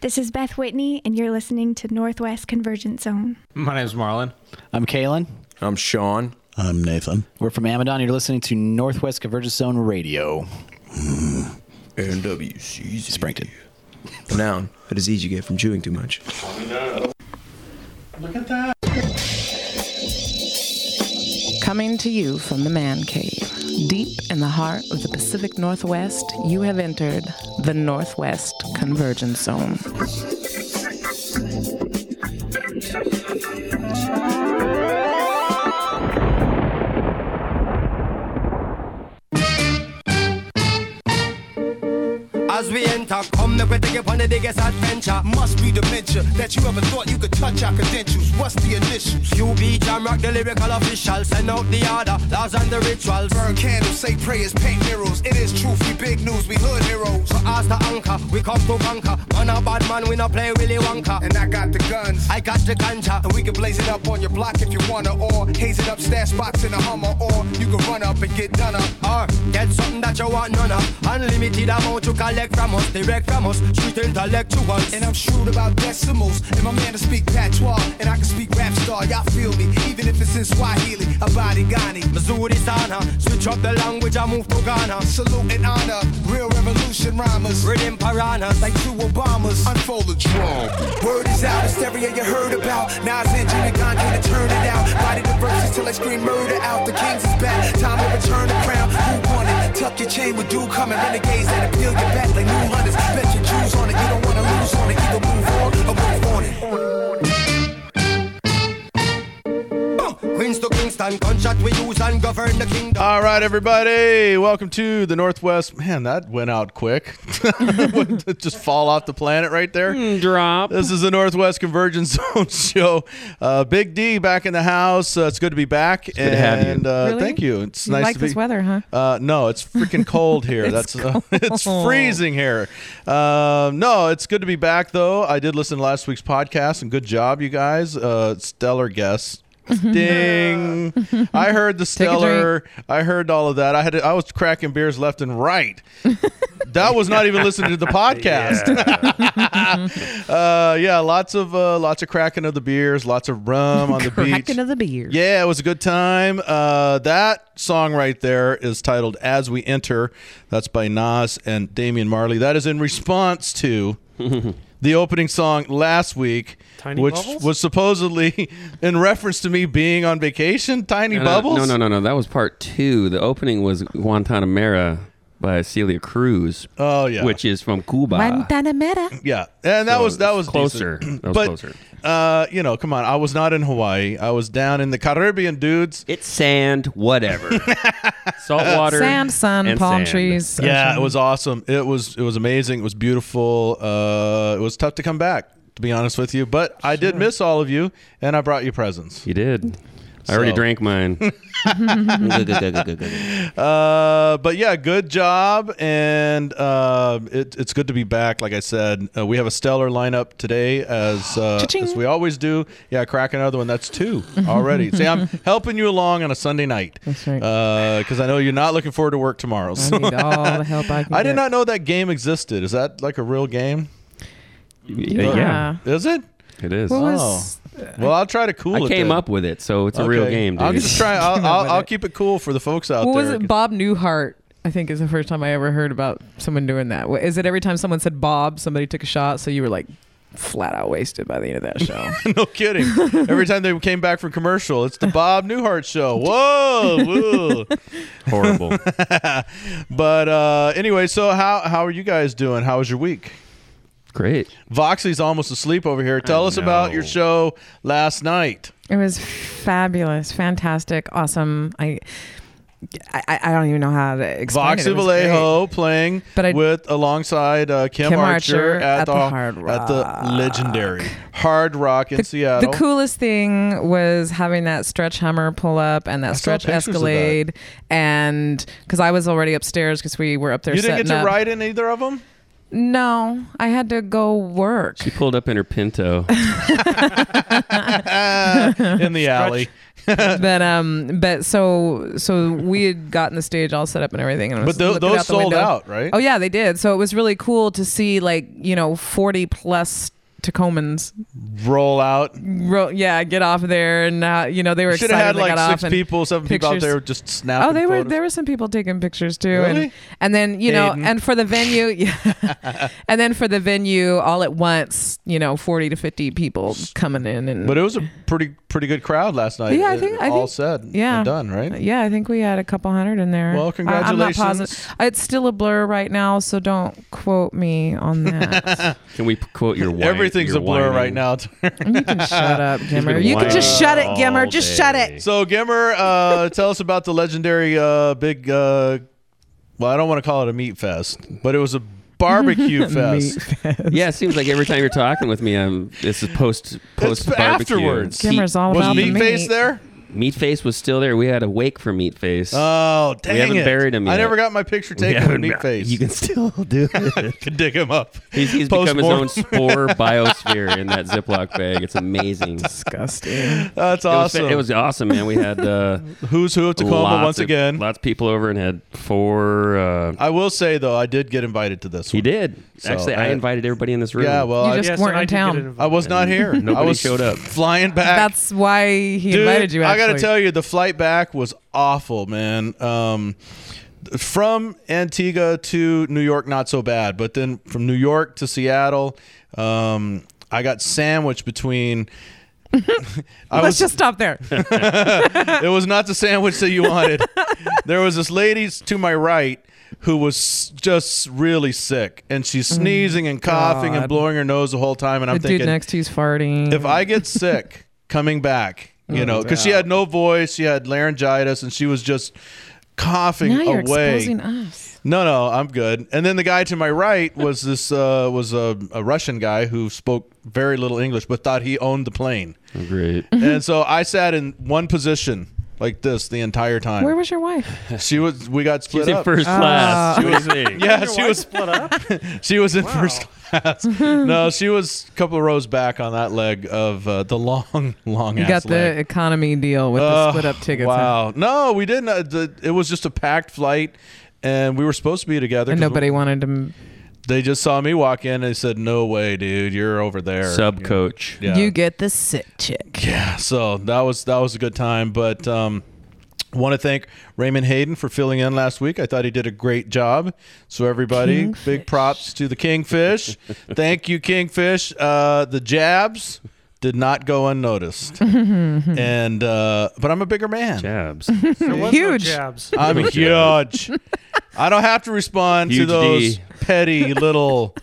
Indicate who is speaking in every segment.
Speaker 1: This is Beth Whitney, and you're listening to Northwest Convergence Zone.
Speaker 2: My name's Marlon.
Speaker 3: I'm Kalen.
Speaker 4: I'm Sean.
Speaker 5: I'm Nathan.
Speaker 3: We're from Amadon. You're listening to Northwest Convergence Zone Radio.
Speaker 4: NWCZ.
Speaker 3: Sprankton.
Speaker 4: A noun. A disease you get from chewing too much.
Speaker 6: Coming to you from the man cave, deep in the heart of the Pacific Northwest, you have entered the Northwest Convergence Zone.
Speaker 7: As we enter, come make we take you on the biggest adventure.
Speaker 8: Must be dementia that you ever thought you could touch our credentials. What's the initials?
Speaker 7: QB Jam Rock, the lyrical official, send out the order, laws and the rituals.
Speaker 8: Burn candles, say prayers, paint mirrors. It is truth, we big news, we hood heroes.
Speaker 7: So as the anchor, we come to conquer. Man a bad man, we no play Willy Wonka.
Speaker 8: And I got the guns,
Speaker 7: I got the ganja,
Speaker 8: and we can blaze it up on your block if you wanna, or haze it up, stash spots in a Hummer, or you can run up and get done up.
Speaker 7: or get something that you want none of. Unlimited amount you collect from us, direct from us, street intellectuals.
Speaker 8: And I'm shrewd about decimals, and my man to speak patois, and I can speak rap star. Y'all feel me, even if it's in Swahili, Abadi Ghani.
Speaker 7: Missouri sana, switch up the language, I move to Ghana.
Speaker 8: Salute and honor, real revolution rhymers.
Speaker 7: Rhythm piranhas,
Speaker 8: Like two Obamas, unfold the drum. Word is out, hysteria you heard about. Nas engine and ganja to turn it out. Body the verses till I scream murder out. The kings is back, time to return the crown. Who won it? Tuck your chain with dude coming. Renegades that appeal your back like new hunters. Bet your Jews on it, you don't wanna lose on it. Either move on or move on it.
Speaker 7: Queens to Kingston, gunshot we use and govern the kingdom.
Speaker 9: All right, everybody, welcome to the Northwest. Man, that went out quick. Wouldn't Just fall off the planet right there.
Speaker 6: Hmm,
Speaker 2: Drop.
Speaker 9: This is the Northwest Convergence Zone show. Uh, Big D back in the house. Uh, it's good to be back. and,
Speaker 2: to have you.
Speaker 9: Uh,
Speaker 6: Really?
Speaker 9: Thank you. It's
Speaker 6: You
Speaker 9: nice
Speaker 6: like
Speaker 9: to be.
Speaker 6: this weather, huh?
Speaker 9: Uh, no, it's freaking cold here. That's uh, it's freezing here. Um, no, it's good to be back though. I did listen to last week's podcast, and good job, you guys. Uh, stellar guests. Ding! I heard the
Speaker 6: Mm-hmm. a
Speaker 9: stellar.
Speaker 6: drink.
Speaker 9: I heard all of that. I had I was cracking beers left and right. That was not even listening to the podcast. uh, yeah, lots of uh, lots of cracking of the beers, lots of rum on the beach.
Speaker 6: Cracking of the beer.
Speaker 9: Yeah, it was a good time. Uh, that song right there is titled "As We Enter." That's by Nas and Damian Marley. That is in response to the opening song last week,
Speaker 2: Tiny
Speaker 9: which
Speaker 2: Bubbles?
Speaker 9: was supposedly in reference to me being on vacation. Tiny
Speaker 10: No, no,
Speaker 9: bubbles.
Speaker 10: No, no, no, no. That was part two. The opening was Guantanamera by Celia Cruz.
Speaker 9: Oh, yeah.
Speaker 10: which is from Cuba.
Speaker 6: Guantanamera.
Speaker 9: Yeah, and that
Speaker 10: So
Speaker 9: was that
Speaker 10: it's
Speaker 9: was
Speaker 10: closer.
Speaker 9: decent.
Speaker 10: That was
Speaker 9: but
Speaker 10: closer.
Speaker 9: Uh, you know, come on. I was not in Hawaii. I was down in the Caribbean, dudes.
Speaker 10: It's sand, whatever. Salt water,
Speaker 6: Sand, sun,
Speaker 10: and
Speaker 6: palm
Speaker 10: sand.
Speaker 6: trees.
Speaker 9: Yeah,
Speaker 6: ocean.
Speaker 9: it was awesome. It was it was amazing. It was beautiful. Uh, it was tough to come back, to be honest with you. But I did miss all of you, and I brought you presents.
Speaker 10: You did. I already
Speaker 9: So-
Speaker 10: drank mine.
Speaker 9: Uh, but yeah, good job, and uh, it, it's good to be back. Like I said, uh, we have a stellar lineup today, as uh,
Speaker 6: Cha-ching.
Speaker 9: as we always do. Yeah, crack another one. That's two already. See, I'm helping you along on a Sunday night.
Speaker 6: That's right.
Speaker 9: Because I know you're not looking forward to work tomorrow.
Speaker 6: I
Speaker 9: So.
Speaker 6: need all the help I can
Speaker 9: I did
Speaker 6: get.
Speaker 9: not know that game existed. Is that like a real game?
Speaker 10: yeah.
Speaker 9: Is it?
Speaker 10: it is.
Speaker 6: What
Speaker 9: Oh.
Speaker 6: was
Speaker 9: Well, I'll try to cool
Speaker 10: I
Speaker 9: it.
Speaker 10: came
Speaker 9: then.
Speaker 10: up with it, so it's a real
Speaker 9: Okay.
Speaker 10: game, dude.
Speaker 9: I'll just try. I'll,
Speaker 6: Came up
Speaker 9: I'll,
Speaker 6: with
Speaker 9: I'll
Speaker 6: it.
Speaker 9: keep it cool for the folks out
Speaker 6: what
Speaker 9: there.
Speaker 6: was it? Bob Newhart. I think is the first time I ever heard about someone doing that. Wha- Is it every time someone said Bob, somebody took a shot, so you were like flat out wasted by the end of that show?
Speaker 9: no kidding. Every time they came back from commercial, it's the Bob Newhart show. Whoa, whoa.
Speaker 10: Horrible.
Speaker 9: but uh, anyway, so how how are you guys doing? How was your week?
Speaker 10: Great.
Speaker 9: Voxley's almost asleep over here. Tell us about your
Speaker 10: know.
Speaker 9: show last night.
Speaker 6: It was fabulous, fantastic, awesome. I, I, I don't even know how to explain it.
Speaker 9: Voxley
Speaker 6: It was great.
Speaker 9: Vallejo playing
Speaker 6: But I-
Speaker 9: with alongside uh, Kim,
Speaker 6: Kim
Speaker 9: Archer,
Speaker 6: Archer
Speaker 9: at,
Speaker 6: at the Hard
Speaker 9: at the
Speaker 6: Rock.
Speaker 9: legendary Hard Rock in Seattle.
Speaker 6: The coolest thing was having that stretch Hummer pull up and that
Speaker 9: saw
Speaker 6: stretch
Speaker 9: pictures of that.
Speaker 6: Escalade, and because I was already upstairs because we were up there.
Speaker 9: you didn't get
Speaker 6: setting
Speaker 9: to
Speaker 6: up.
Speaker 9: ride in either of them.
Speaker 6: No, I had to go work.
Speaker 10: She pulled up in her Pinto.
Speaker 9: in the alley.
Speaker 6: but um, but so so we had gotten the stage all set up and everything, and I was
Speaker 9: But tho-
Speaker 6: looking
Speaker 9: those
Speaker 6: out the
Speaker 9: sold
Speaker 6: window.
Speaker 9: out, right?
Speaker 6: Oh yeah, they did. So it was really cool to see like you know forty plus Tacomans,
Speaker 9: Roll out.
Speaker 6: ro- yeah, get off of there, and uh, you know they were
Speaker 9: Should
Speaker 6: excited.
Speaker 9: have had
Speaker 6: they
Speaker 9: like
Speaker 6: got
Speaker 9: six
Speaker 6: off and-
Speaker 9: people, seven people out
Speaker 6: pictures.
Speaker 9: there just snapping.
Speaker 6: Oh, they were
Speaker 9: photos.
Speaker 6: there were some people taking pictures too, and
Speaker 9: Really?
Speaker 6: and then you know,
Speaker 9: Hayden.
Speaker 6: and for the venue, yeah. and then for the venue, all at once, you know, forty to fifty people coming in, and
Speaker 9: But it was a pretty pretty good crowd last night.
Speaker 6: Yeah, I
Speaker 9: uh,
Speaker 6: think- I
Speaker 9: all
Speaker 6: think-
Speaker 9: said. and
Speaker 6: yeah.
Speaker 9: done right.
Speaker 6: Uh, yeah, I think we had a couple hundred in there.
Speaker 9: Well,
Speaker 6: I- I'm not positive. Uh,
Speaker 9: congratulations.
Speaker 6: It's still a blur right now, so don't quote me on that.
Speaker 10: Can we p- quote your wife?
Speaker 9: Everything's a blur right now.
Speaker 6: you can shut up, Gimmer.
Speaker 10: been
Speaker 6: You can just
Speaker 10: whining
Speaker 6: shut it, Gimmer. Just shut it.
Speaker 9: so Gimmer, uh, tell us about the legendary uh, big. Uh, well, I don't want to call it a meat fest, but it was a barbecue fest.
Speaker 10: Yeah, it seems like every time you're talking with me, I'm. This is post post
Speaker 9: It's
Speaker 10: barbecue.
Speaker 9: afterwards.
Speaker 6: Gimmer's all
Speaker 9: Was
Speaker 6: about the
Speaker 9: meat face
Speaker 6: meat.
Speaker 9: there?
Speaker 10: Meatface was still there. We had a wake for Meatface.
Speaker 9: Oh, dang
Speaker 10: haven't
Speaker 9: it.
Speaker 10: buried him
Speaker 9: I
Speaker 10: yet.
Speaker 9: never got my picture
Speaker 10: We
Speaker 9: taken
Speaker 10: haven't-
Speaker 9: with meat face.
Speaker 10: You can still do it.
Speaker 9: can dig him up.
Speaker 10: He's, he's become his own spore biosphere in that Ziploc bag. It's amazing.
Speaker 6: Disgusting.
Speaker 9: That's
Speaker 10: It was,
Speaker 9: awesome.
Speaker 10: it was awesome, man. We had uh,
Speaker 9: Who's who of Tacoma
Speaker 10: lots
Speaker 9: once
Speaker 10: of-
Speaker 9: again.
Speaker 10: Lots of people over and had four. Uh,
Speaker 9: I will say though, I did get invited to this.
Speaker 10: he
Speaker 9: one.
Speaker 10: did
Speaker 9: So,
Speaker 10: actually. I
Speaker 9: uh,
Speaker 10: invited everybody in this room.
Speaker 9: Yeah, well,
Speaker 6: You
Speaker 9: I,
Speaker 6: just
Speaker 2: Yes, and
Speaker 6: weren't
Speaker 2: I
Speaker 6: in
Speaker 2: did get
Speaker 6: town.
Speaker 2: invited.
Speaker 9: I was not here. I
Speaker 10: nobody
Speaker 9: was
Speaker 10: showed up.
Speaker 9: Flying back.
Speaker 6: That's why he
Speaker 9: Dude,
Speaker 6: invited you.
Speaker 9: I
Speaker 6: Actually.
Speaker 9: got to tell you, the flight back was awful, man. Um, from Antigua to New York, not so bad, but then from New York to Seattle, um, I got sandwiched between. I
Speaker 6: Let's
Speaker 9: was,
Speaker 6: just stop there.
Speaker 9: it was not the sandwich that you wanted. there was this lady s- to my right who was just really sick, and she's sneezing and coughing and
Speaker 6: Mm. God.
Speaker 9: blowing her nose the whole time. And I'm
Speaker 6: the
Speaker 9: thinking,
Speaker 6: dude next to you's farting.
Speaker 9: if I get sick coming back,
Speaker 10: Oh,
Speaker 9: you know, because she had no voice, she had laryngitis, and she was just coughing
Speaker 6: now you're
Speaker 9: away.
Speaker 6: exposing us.
Speaker 9: No, no, I'm good. And then the guy to my right was this uh, was a, a Russian guy who spoke very little English, but thought he owned the plane.
Speaker 10: Oh, great.
Speaker 6: Mm-hmm.
Speaker 9: and so I sat in one position like this the entire time.
Speaker 6: Where was Ah. your wife?
Speaker 9: she was? We got
Speaker 10: She
Speaker 9: split
Speaker 10: was in
Speaker 9: up. Ah.
Speaker 10: first class. She was in.
Speaker 9: yeah, she was split up. she was in first class. No, she was a couple of rows back on that leg of uh, the long, long.
Speaker 6: You got the economy deal with the split up tickets.
Speaker 9: Wow.
Speaker 6: huh?
Speaker 9: No, we didn't. Uh, the, it was just a packed flight, and we were supposed to be together.
Speaker 6: And
Speaker 9: 'cause
Speaker 6: nobody wanted to. m-
Speaker 9: They just saw me walk in and they said, "No way, dude! You're over there."
Speaker 10: Sub coach.
Speaker 9: Yeah.
Speaker 6: You get the sick chick.
Speaker 9: Yeah, so that was that was a good time. But um, want to thank Raymond Hayden for filling in last week. I thought he did a great job. So everybody, big props to the Kingfish. thank you, Kingfish. Uh, the jabs did not go unnoticed, and uh, but I'm a bigger man.
Speaker 10: Jabs.
Speaker 2: There was
Speaker 6: Huge.
Speaker 2: No jabs.
Speaker 9: I'm huge. I don't have to respond to
Speaker 10: Huge
Speaker 9: those
Speaker 10: D.
Speaker 9: petty little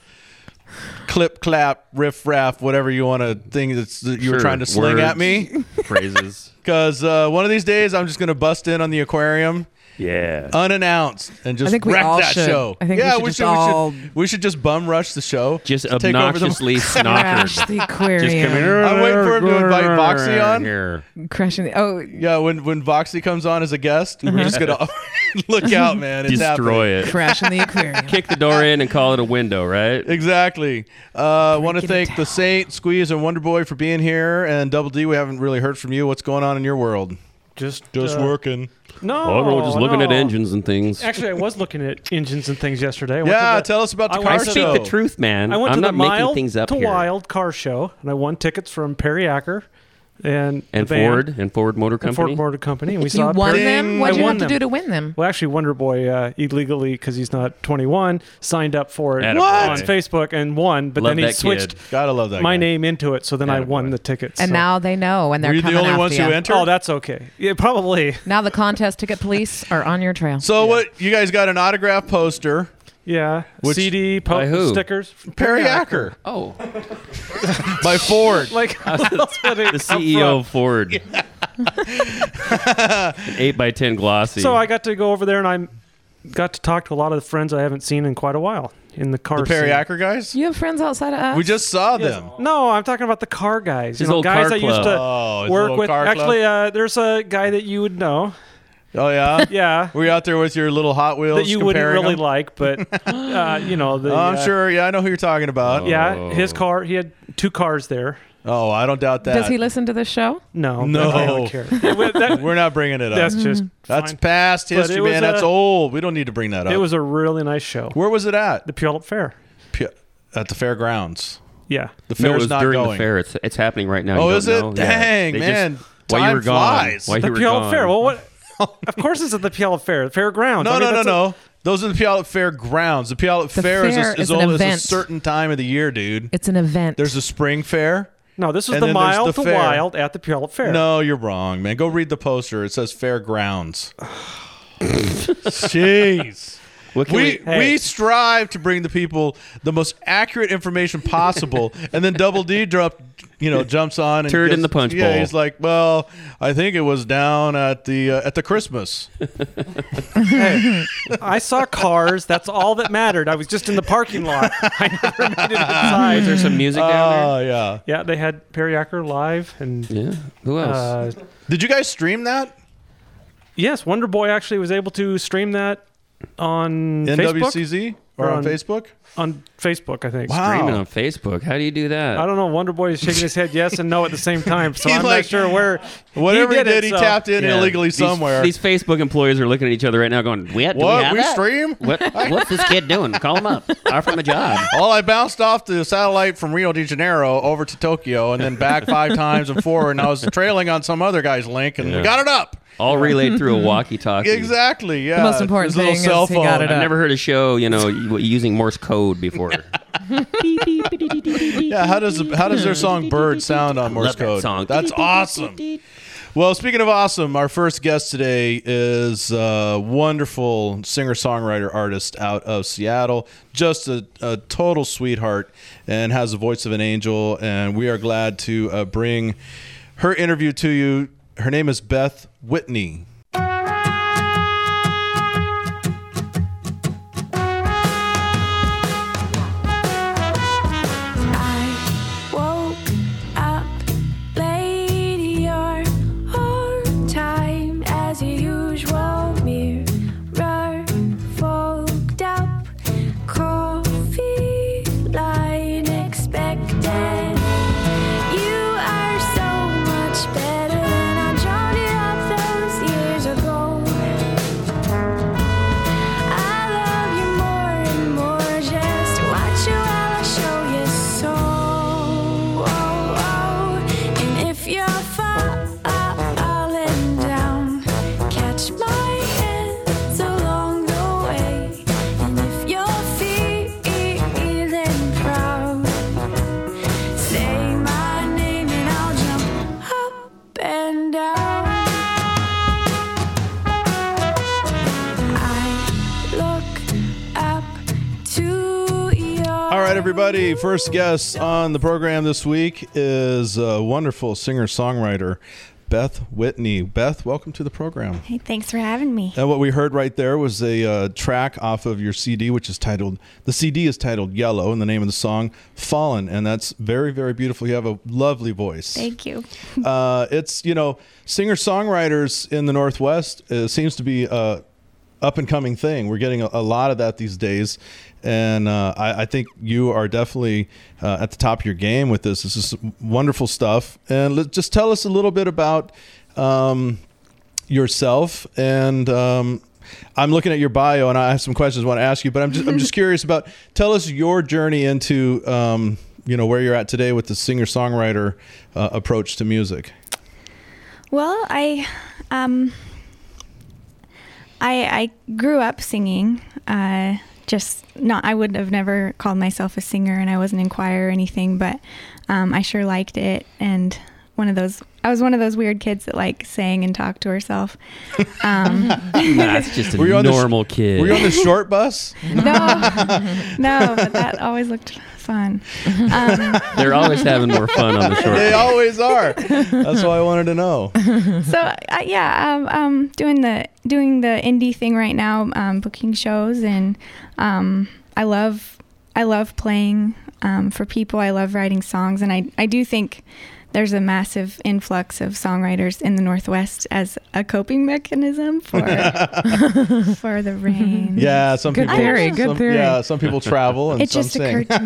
Speaker 9: clip clap riff raff whatever you want to thing that's that you were
Speaker 10: Sure,
Speaker 9: trying to sling at
Speaker 10: words.
Speaker 9: me
Speaker 10: Phrases.
Speaker 9: because uh, one of these days I'm just gonna bust in on the aquarium
Speaker 10: Yeah.
Speaker 9: unannounced and just
Speaker 6: I think we
Speaker 9: wreck
Speaker 6: all
Speaker 9: that
Speaker 6: should.
Speaker 9: show.
Speaker 6: I think we
Speaker 9: yeah,
Speaker 6: should
Speaker 9: we
Speaker 6: just
Speaker 9: should,
Speaker 6: all-
Speaker 9: we should we should just bum rush the show.
Speaker 10: Just
Speaker 9: take over the-
Speaker 10: obnoxiously
Speaker 6: Crash
Speaker 10: snockered.
Speaker 6: the aquarium.
Speaker 10: Just coming.
Speaker 9: I'm waiting for him to invite Boxy on.
Speaker 10: Here.
Speaker 6: Crashing. The, oh,
Speaker 9: Yeah, when when Voxy comes on as a guest, we're just gonna look out, man. It's happening.
Speaker 10: Destroy it.
Speaker 6: crashing the aquarium.
Speaker 10: Kick the door in and call it a window, right?
Speaker 9: Exactly. Uh, want to
Speaker 6: it
Speaker 9: thank the Saint, Squeeze, and Wonder Boy for being here. And Double D, we haven't really heard from you. What's going on in your world?
Speaker 2: Just
Speaker 9: Just
Speaker 2: uh,
Speaker 9: working.
Speaker 2: No,
Speaker 10: Oh, we're just looking at
Speaker 2: no.
Speaker 10: engines and things.
Speaker 2: Actually, I was looking at engines and things yesterday. I went to
Speaker 9: Yeah,
Speaker 2: the-
Speaker 9: tell us about the
Speaker 2: I
Speaker 9: car
Speaker 2: went
Speaker 10: I
Speaker 2: to
Speaker 9: show.
Speaker 10: speak the truth, man.
Speaker 2: I went
Speaker 10: am
Speaker 2: to
Speaker 10: not
Speaker 2: the mild
Speaker 10: making things up
Speaker 2: to
Speaker 10: here.
Speaker 2: wild car show, and I won tickets from Perry Acker and
Speaker 10: And
Speaker 2: the band
Speaker 10: Ford and Ford Motor
Speaker 2: and
Speaker 10: Company.
Speaker 2: Ford Motor Company. And we
Speaker 6: you
Speaker 2: saw
Speaker 6: won
Speaker 2: Perry-
Speaker 6: them. What
Speaker 2: I
Speaker 6: did you
Speaker 2: won
Speaker 6: have to
Speaker 2: them.
Speaker 6: do to win them?
Speaker 2: Well, actually, Wonder Boy uh, illegally because he's not 21 signed up for it
Speaker 10: Attaboy.
Speaker 2: on Facebook and won, but
Speaker 10: Love
Speaker 2: then he
Speaker 10: that
Speaker 2: switched
Speaker 10: kid.
Speaker 9: Gotta love that.
Speaker 2: my
Speaker 9: guy.
Speaker 2: name into it, so then I won
Speaker 10: Attaboy.
Speaker 2: the tickets.
Speaker 6: And
Speaker 2: so-
Speaker 6: now they know, and they're
Speaker 9: Were you
Speaker 6: coming
Speaker 9: the only
Speaker 6: after
Speaker 9: ones
Speaker 6: you.
Speaker 9: who entered?
Speaker 2: oh, that's okay. Yeah, probably.
Speaker 6: Now the contest ticket police are on your trail.
Speaker 9: so what? You guys got an autograph poster.
Speaker 2: Yeah,
Speaker 9: Which-
Speaker 2: CD,
Speaker 10: By who?
Speaker 2: po- stickers,
Speaker 9: Perry Acker
Speaker 10: oh,
Speaker 9: by Ford.
Speaker 2: Like
Speaker 10: the CEO of Ford. An eight by ten glossy.
Speaker 2: So I got to go over there and I got to talk to a lot of the friends I haven't seen in quite a while in the car.
Speaker 9: the Perry
Speaker 2: scene.
Speaker 9: Acker guys.
Speaker 6: you have friends outside of us.
Speaker 9: We just saw them.
Speaker 2: No, I'm talking about the car guys. You
Speaker 10: His
Speaker 2: know,
Speaker 10: old
Speaker 2: guys
Speaker 10: car
Speaker 2: I used
Speaker 10: club.
Speaker 2: to
Speaker 9: Oh, his
Speaker 2: work
Speaker 9: little
Speaker 2: with.
Speaker 9: car club.
Speaker 2: Actually, uh, there's a guy that you would know.
Speaker 9: Oh yeah.
Speaker 2: Yeah.
Speaker 9: Were you out there with your little Hot Wheels?
Speaker 2: that you wouldn't
Speaker 9: comparing
Speaker 2: really
Speaker 9: them?
Speaker 2: like, but uh, you know the.
Speaker 9: Oh, I'm
Speaker 2: uh,
Speaker 9: sure. Yeah, I know who you're talking about.
Speaker 10: Oh.
Speaker 2: Yeah, his car. He had two cars there.
Speaker 9: Oh, I don't doubt that.
Speaker 6: Does he listen to this show?
Speaker 2: No,
Speaker 9: No.
Speaker 2: I don't care. That- that-
Speaker 9: We're not bringing it up.
Speaker 2: that's just
Speaker 6: Mm-hmm.
Speaker 9: That's
Speaker 2: fine.
Speaker 9: past
Speaker 2: it
Speaker 9: history,
Speaker 2: was
Speaker 9: man. That's
Speaker 2: a-
Speaker 9: old. We don't need to bring that up.
Speaker 2: It was a really nice show.
Speaker 9: Where was it at?
Speaker 2: The Puyallup Fair.
Speaker 9: Pu- At the fairgrounds.
Speaker 2: Yeah.
Speaker 9: The
Speaker 10: No, it
Speaker 9: fair's
Speaker 10: was
Speaker 9: not
Speaker 10: during
Speaker 9: going.
Speaker 10: the fair. It's it's happening right now.
Speaker 9: Oh,
Speaker 10: You don't
Speaker 9: is it?
Speaker 10: know? Yeah.
Speaker 9: Dang,
Speaker 10: They just-
Speaker 9: man.
Speaker 10: while
Speaker 9: Time
Speaker 10: you were
Speaker 9: flies.
Speaker 10: gone, while
Speaker 2: The
Speaker 10: you were
Speaker 2: Puyallup
Speaker 10: gone.
Speaker 2: Fair. Well, what? of course, it's at the Puyallup Fair. Fairgrounds.
Speaker 9: No,
Speaker 2: I mean,
Speaker 9: no, no,
Speaker 2: that's
Speaker 9: no. Those are the Puyallup Fair grounds. The Puyallup
Speaker 6: The
Speaker 9: Fair, is,
Speaker 6: fair
Speaker 9: a, is,
Speaker 6: is an
Speaker 9: only is a
Speaker 6: event.
Speaker 9: certain time of the year, dude.
Speaker 6: It's an event.
Speaker 9: There's a spring fair.
Speaker 2: A, no, this was
Speaker 9: And
Speaker 2: the
Speaker 9: then there's
Speaker 2: mild
Speaker 9: the
Speaker 2: to
Speaker 9: fair.
Speaker 2: wild at the Puyallup Fair.
Speaker 9: No, you're wrong, man. Go read the poster. It says fairgrounds. Jeez.
Speaker 10: What can
Speaker 9: We,
Speaker 10: we,
Speaker 2: Hey.
Speaker 9: we strive to bring the people the most accurate information possible, and then Double D drop, you know, jumps on and
Speaker 10: Turd in
Speaker 9: gives-
Speaker 10: the punch
Speaker 9: yeah,
Speaker 10: bowl.
Speaker 9: he's like, well, I think it was down at the uh, at the Christmas.
Speaker 2: Hey, I saw cars. That's all that mattered. I was just in the parking lot. I never made it inside.
Speaker 10: Is there some music down
Speaker 9: Oh yeah.
Speaker 2: Yeah, they had Perry Acker live and.
Speaker 10: there? Yeah. Who else?
Speaker 2: Uh,
Speaker 9: Did you guys stream that?
Speaker 2: yes, Wonder Boy actually was able to stream that on Facebook.
Speaker 9: NWCZ or
Speaker 2: Or
Speaker 9: on,
Speaker 2: on-
Speaker 9: Facebook?
Speaker 2: On Facebook, I think.
Speaker 10: Streaming on Facebook. How do you do that?
Speaker 2: I don't know. Wonder Boy is shaking his head yes and no at the same time, so
Speaker 9: He
Speaker 2: I'm
Speaker 9: like-
Speaker 2: not sure where.
Speaker 9: Whatever he
Speaker 2: he
Speaker 9: did,
Speaker 2: did
Speaker 9: he,
Speaker 2: it, so-
Speaker 9: tapped in
Speaker 10: Yeah.
Speaker 9: illegally
Speaker 10: These-
Speaker 9: somewhere.
Speaker 10: These Facebook employees are looking at each other right now, going, "What? do we
Speaker 9: what?
Speaker 10: have
Speaker 9: We
Speaker 10: that?
Speaker 9: stream?
Speaker 10: What? What's this kid doing? Call him up. Offer him a job."
Speaker 9: Ah. Well, I bounced off the satellite from Rio de Janeiro over to Tokyo and then back five times and forward, and I was trailing on some other guy's link, and we
Speaker 10: Yeah.
Speaker 9: got it up.
Speaker 10: All relayed through a walkie-talkie.
Speaker 9: Exactly. Yeah.
Speaker 6: most important
Speaker 9: His little
Speaker 6: thing is
Speaker 9: cell
Speaker 6: he
Speaker 9: phone.
Speaker 6: got it
Speaker 10: I've
Speaker 6: up.
Speaker 10: never heard a show, you know, u- using Morse code before.
Speaker 9: Yeah. How does how does their song "Bird" sound on Morse
Speaker 10: that
Speaker 9: code?
Speaker 10: song.
Speaker 9: That's awesome. Well, speaking of awesome, our first guest today is a wonderful singer songwriter artist out of Seattle. Just a, a total sweetheart and has the voice of an angel. And we are glad to uh, bring her interview to you. Her name is Beth Whitney.
Speaker 5: I woke up late, your hard time as your usual mirror fogged up. Coffee line expected. You are so much better than I jolly up those years ago. I love you more and more. Just watch you while I show you so. And if you're falling down, catch my hands along the way. And if you're feeling proud, say my name and I'll jump up and down. I look up to your
Speaker 9: All right, everybody. First guest on the program this week is a wonderful singer songwriter, Beth Whitney. Beth, welcome to the program.
Speaker 1: Hey, thanks for having me.
Speaker 9: And what we heard right there was a uh, track off of your CD, which is titled, the CD is titled Yellow, and the name of the song, Fallen. And that's very, very beautiful. You have a lovely voice.
Speaker 1: Thank you.
Speaker 9: Uh, it's, you know, singer songwriters in the Northwest uh, seems to be a up and coming thing. We're getting a, a lot of that these days. And uh, I, I think you are definitely uh, at the top of your game with this. This is wonderful stuff. And let, just tell us a little bit about. Um, yourself and um, I'm looking at your bio and I have some questions I want to ask you, but I'm just I'm just curious about tell us your journey into um, you know where you're at today with the singer songwriter uh, approach to music.
Speaker 1: Well, I, um, I, I grew up singing. Uh, just not. I would have never called myself a singer, and I wasn't in choir or anything. But um, I sure liked it, and one of those. I was one of those weird kids that like sang and talked to herself. Um,
Speaker 10: That's just a
Speaker 9: Were you on the sh-
Speaker 10: normal kid.
Speaker 9: Were you on the short bus?
Speaker 1: no, no, but that always looked fun. Um,
Speaker 10: They're always having more fun on the short.
Speaker 9: they
Speaker 10: bus.
Speaker 9: always are. That's why I wanted to know.
Speaker 1: so
Speaker 9: Mm-hmm.
Speaker 1: uh, yeah, um, um, doing the doing the indie thing right now, um, booking shows, and um, I love I love playing um, for people. I love writing songs, and I I do think there's a massive influx of songwriters in the Northwest as a coping mechanism for for the rain.
Speaker 9: Yeah, some
Speaker 1: Good
Speaker 9: people.
Speaker 1: theory, good
Speaker 9: some-
Speaker 1: theory.
Speaker 9: Yeah, some people travel and
Speaker 1: it
Speaker 9: some
Speaker 1: just
Speaker 9: sing.
Speaker 1: occurred to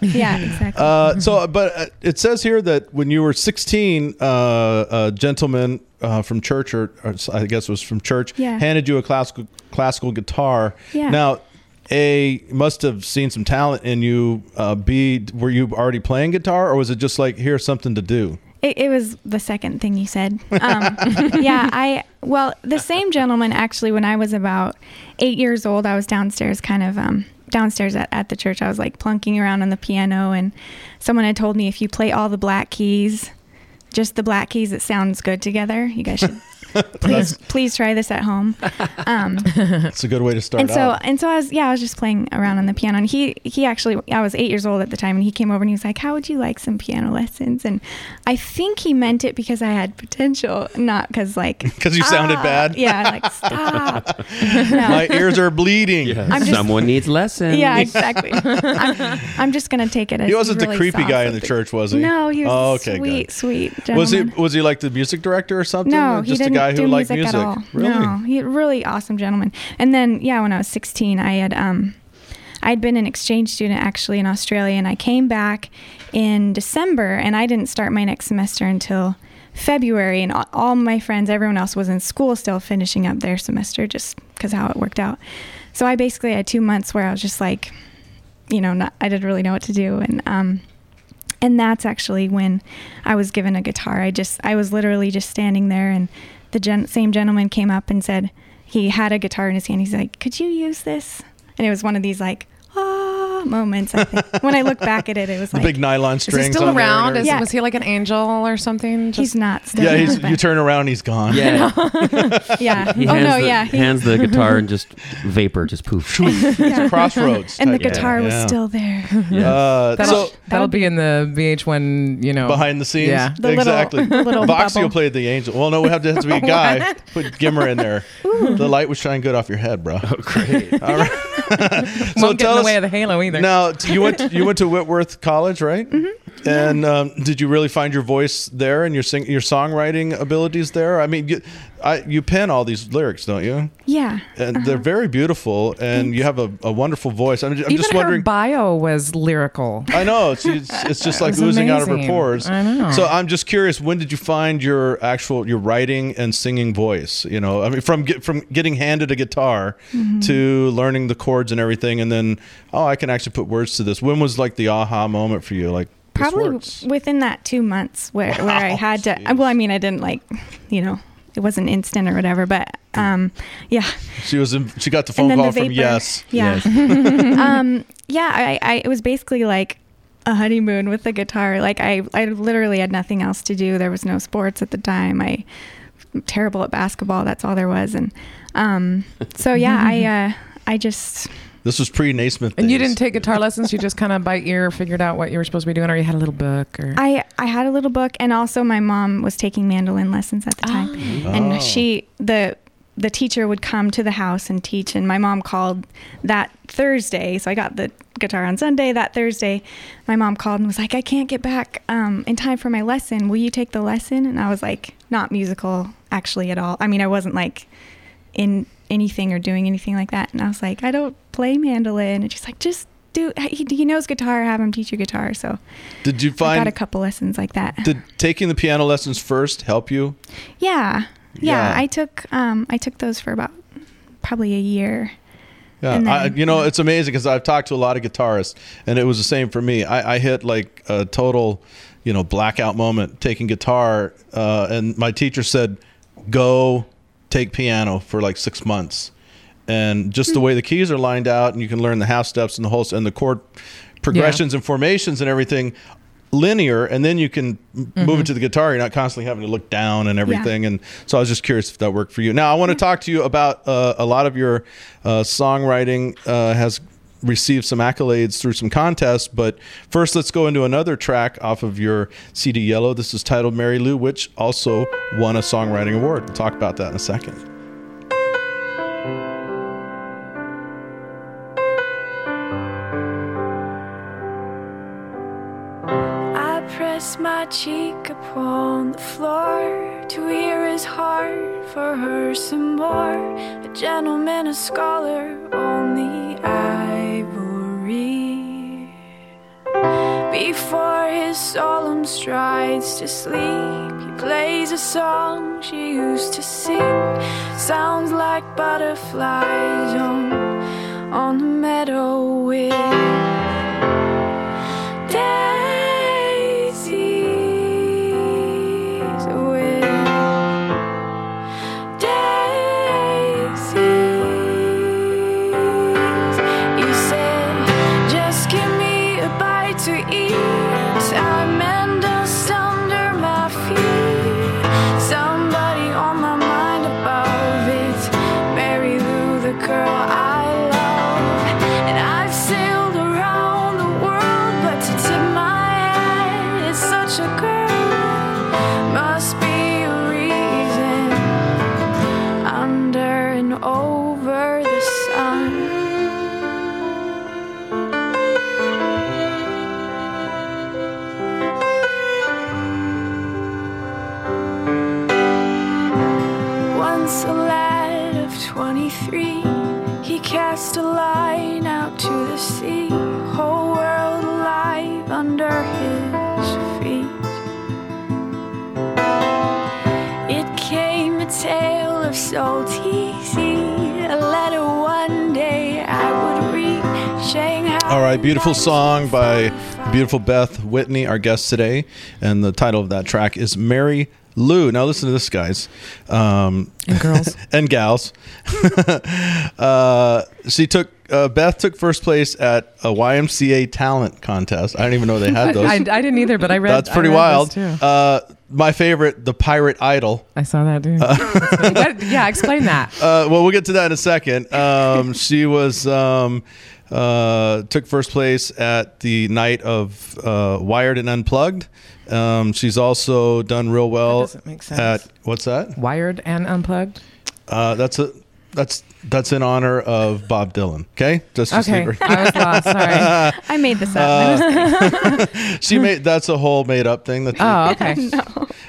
Speaker 1: me. Yeah, exactly.
Speaker 9: Uh, so, but uh, it says here that when you were 16, uh, a gentleman uh, from church, or, or I guess it was from church,
Speaker 1: Yeah.
Speaker 9: handed you a classical classical guitar.
Speaker 1: Yeah.
Speaker 9: Now, a must have seen some talent in you. Uh, B, were you already playing guitar, or was it just like here's something to do?
Speaker 1: It, it was the second thing you said. Um, yeah, I well, the same gentleman actually. When I was about eight years old, I was downstairs, kind of um, downstairs at, at the church. I was like plunking around on the piano, and someone had told me if you play all the black keys, just the black keys, it sounds good together. You guys should please please try this at home. Um,
Speaker 9: It's a good way to start.
Speaker 1: and so
Speaker 9: out.
Speaker 1: and so I was yeah I was just playing around on the piano and he he actually I was eight years old at the time and he came over and he was like how would you like some piano lessons and I think he meant it because I had potential not because like
Speaker 9: 'Cause you sounded
Speaker 1: "Ah,"
Speaker 9: bad?
Speaker 1: yeah like stop No.
Speaker 9: my ears are bleeding.
Speaker 1: I'm just-
Speaker 10: Someone needs lessons.
Speaker 1: yeah exactly I'm, I'm just gonna take it as
Speaker 9: He wasn't
Speaker 1: really
Speaker 9: the creepy
Speaker 1: soft.
Speaker 9: guy in the church, was he?
Speaker 1: no he was
Speaker 9: Oh,
Speaker 1: a
Speaker 9: okay,
Speaker 1: sweet
Speaker 9: good.
Speaker 1: sweet gentleman.
Speaker 9: Was he was he like the music director or something?
Speaker 1: No,
Speaker 9: or
Speaker 1: he
Speaker 9: just
Speaker 1: didn't
Speaker 9: a guy who
Speaker 1: do
Speaker 9: liked
Speaker 1: music,
Speaker 9: music.
Speaker 1: at all.
Speaker 9: Really?
Speaker 1: No, he really awesome gentleman. And then yeah, when I was 16, I had um, I'd been an exchange student actually in Australia, and I came back in December, and I didn't start my next semester until February, and all, all my friends, everyone else was in school still finishing up their semester, just because how it worked out. So I basically had two months where I was just like, you know, not, I didn't really know what to do, and um, and that's actually when I was given a guitar. I just I was literally just standing there, and the gen- same gentleman came up and said he had a guitar in his hand. He's like, "Could you use this?" And it was one of these like ah moments. I think when I look back at it, it was
Speaker 9: The
Speaker 1: like
Speaker 9: big nylon
Speaker 6: Is he
Speaker 9: strings.
Speaker 6: still
Speaker 9: on there and
Speaker 6: around? Is,
Speaker 9: everything.
Speaker 1: Yeah.
Speaker 6: Was he like an angel or something? Just,
Speaker 1: he's not still.
Speaker 9: Yeah,
Speaker 1: there,
Speaker 9: he's,
Speaker 1: but-
Speaker 9: you turn around, he's gone.
Speaker 10: Yeah.
Speaker 1: yeah.
Speaker 10: He
Speaker 1: oh
Speaker 10: hands
Speaker 1: no,
Speaker 10: the,
Speaker 1: yeah. He,
Speaker 10: hands the guitar and just vapor, just poof.
Speaker 1: yeah.
Speaker 9: Crossroads.
Speaker 1: and the
Speaker 9: type
Speaker 1: guitar
Speaker 9: thing.
Speaker 1: was
Speaker 9: Yeah.
Speaker 1: still there.
Speaker 9: Uh,
Speaker 6: that'll,
Speaker 9: so
Speaker 6: that'll be in the VH1, you know.
Speaker 9: behind the scenes.
Speaker 6: Oh. Yeah.
Speaker 1: The little-
Speaker 9: exactly.
Speaker 1: the little
Speaker 9: Voxio
Speaker 1: bubble.
Speaker 9: played the angel. Well, no, we have to, have to be a guy. Put Gimmer in there. The light was shining good off your head, bro. Oh, great. All right.
Speaker 6: Won't get in the way of the halo either.
Speaker 9: Now t- you went you went to Whitworth College, right? Mm-hmm. And um, did you really find your voice there and your sing your songwriting abilities there? I mean, you, I, you pen all these lyrics, don't you?
Speaker 1: Yeah.
Speaker 9: And they're very beautiful, and you have a, a wonderful voice. I'm, ju- I'm
Speaker 6: Uh-huh. Even
Speaker 9: just
Speaker 6: her
Speaker 9: wondering.
Speaker 6: bio was lyrical.
Speaker 9: I know it's it's, it's just like
Speaker 6: was
Speaker 9: oozing out of her
Speaker 6: amazing.
Speaker 9: pores.
Speaker 6: I know.
Speaker 9: So I'm just curious, when did you find your actual your writing and singing voice? You know, I mean, from get, from getting handed a guitar to learning the chords and everything, and then oh, I can actually put words to this. When was like the aha moment for you? Like this
Speaker 1: probably
Speaker 9: works.
Speaker 1: within that two months where, where I
Speaker 9: Wow,
Speaker 1: had to.
Speaker 9: jeez.
Speaker 1: Well, I mean, I didn't like, you know, it wasn't instant or whatever, but um, yeah.
Speaker 9: she was in, she got the phone
Speaker 1: and then
Speaker 9: call
Speaker 1: the
Speaker 9: from
Speaker 1: vapor.
Speaker 9: yes.
Speaker 1: Yeah. um, yeah. I, I it was basically like a honeymoon with the guitar. Like I I literally had nothing else to do. There was no sports at the time. I I'm terrible at basketball. That's all there was. And um, so yeah, I uh, I just
Speaker 9: This was pre Naismith.
Speaker 6: And you
Speaker 9: days.
Speaker 6: didn't take guitar lessons. You just kind of by ear figured out what you were supposed to be doing, or you had a little book, or
Speaker 1: I, I had a little book and also my mom was taking mandolin lessons at the time
Speaker 9: Oh.
Speaker 1: and she the the teacher would come to the house and teach and my mom called that thursday so i got the guitar on sunday that thursday my mom called and was like i can't get back um, in time for my lesson will you take the lesson and i was like not musical actually at all i mean i wasn't like in anything or doing anything like that and i was like i don't play mandolin and she's like just do he, he knows guitar have him teach you guitar so
Speaker 9: Did you
Speaker 1: I got
Speaker 9: find
Speaker 1: a couple lessons like that.
Speaker 9: did taking the piano lessons first help you?
Speaker 1: yeah, yeah.
Speaker 9: Yeah.
Speaker 1: I took um, I took those for about probably a year.
Speaker 9: Yeah,
Speaker 1: And
Speaker 9: I,
Speaker 1: then-
Speaker 9: you know it's amazing because I've talked to a lot of guitarists, and it was the same for me. I, I hit like a total, you know, blackout moment taking guitar, uh, and my teacher said, "Go take piano for like six months," and just
Speaker 1: Hmm.
Speaker 9: the way the keys are lined out, and you can learn the half steps and the whole s- and the chord progressions and formations and everything linear and then you can m move it to the guitar you're not constantly having to look down and everything and so i was just curious if that worked for you now i want to talk to you about uh, a lot of your uh, songwriting uh, has received some accolades through some contests but first let's go into another track off of your cd yellow this is titled mary lou which also won a songwriting award we'll talk about that in a second
Speaker 5: I pray press my cheek upon the floor. To hear is hard for her some more. A gentleman, a scholar, only ivory. Before his solemn strides to sleep, he plays a song she used to sing. Sounds like butterflies on, on the meadow wind. Daisy's with daisies. You said, just give me a bite to eat. I'm and dust under my feet. Somebody on my mind above it. Mary Lou, the girl I love. And I've sailed around the world, but to tip my head, it's such a curve. Must be a reason under and over the sun. Once a lad of 23, he cast a line out to the sea, whole world alive under his feet. It came a tale of salty sea, a letter one day I would read, Shanghai.
Speaker 9: All right, beautiful song by beautiful Beth Whitney, our guest today, and the title of that track is "Mary Lou." Now listen to this, guys, um,
Speaker 6: and girls
Speaker 9: and gals. uh, she took uh, Beth took first place at a YMCA talent contest. I don't even know they had those.
Speaker 6: I, I didn't either, but I read.
Speaker 9: That's pretty
Speaker 6: I read
Speaker 9: wild.
Speaker 6: this too.
Speaker 9: Uh, my favorite, the Pirate Idol.
Speaker 6: I saw that too. What- yeah, explain that.
Speaker 9: Uh, well, we'll get to that in a second. Um, she was um, uh, took first place at the night of uh, Wired and Unplugged. Um, she's also done real well
Speaker 6: That doesn't make sense.
Speaker 9: at what's that?
Speaker 6: Wired and unplugged.
Speaker 9: Uh, that's a that's that's in honor of Bob Dylan. Okay, just just
Speaker 6: Okay,
Speaker 9: leave her-
Speaker 6: I was lost. Sorry.
Speaker 1: I made this up.
Speaker 9: Uh, she made that's a whole made up thing. That
Speaker 6: Oh, okay.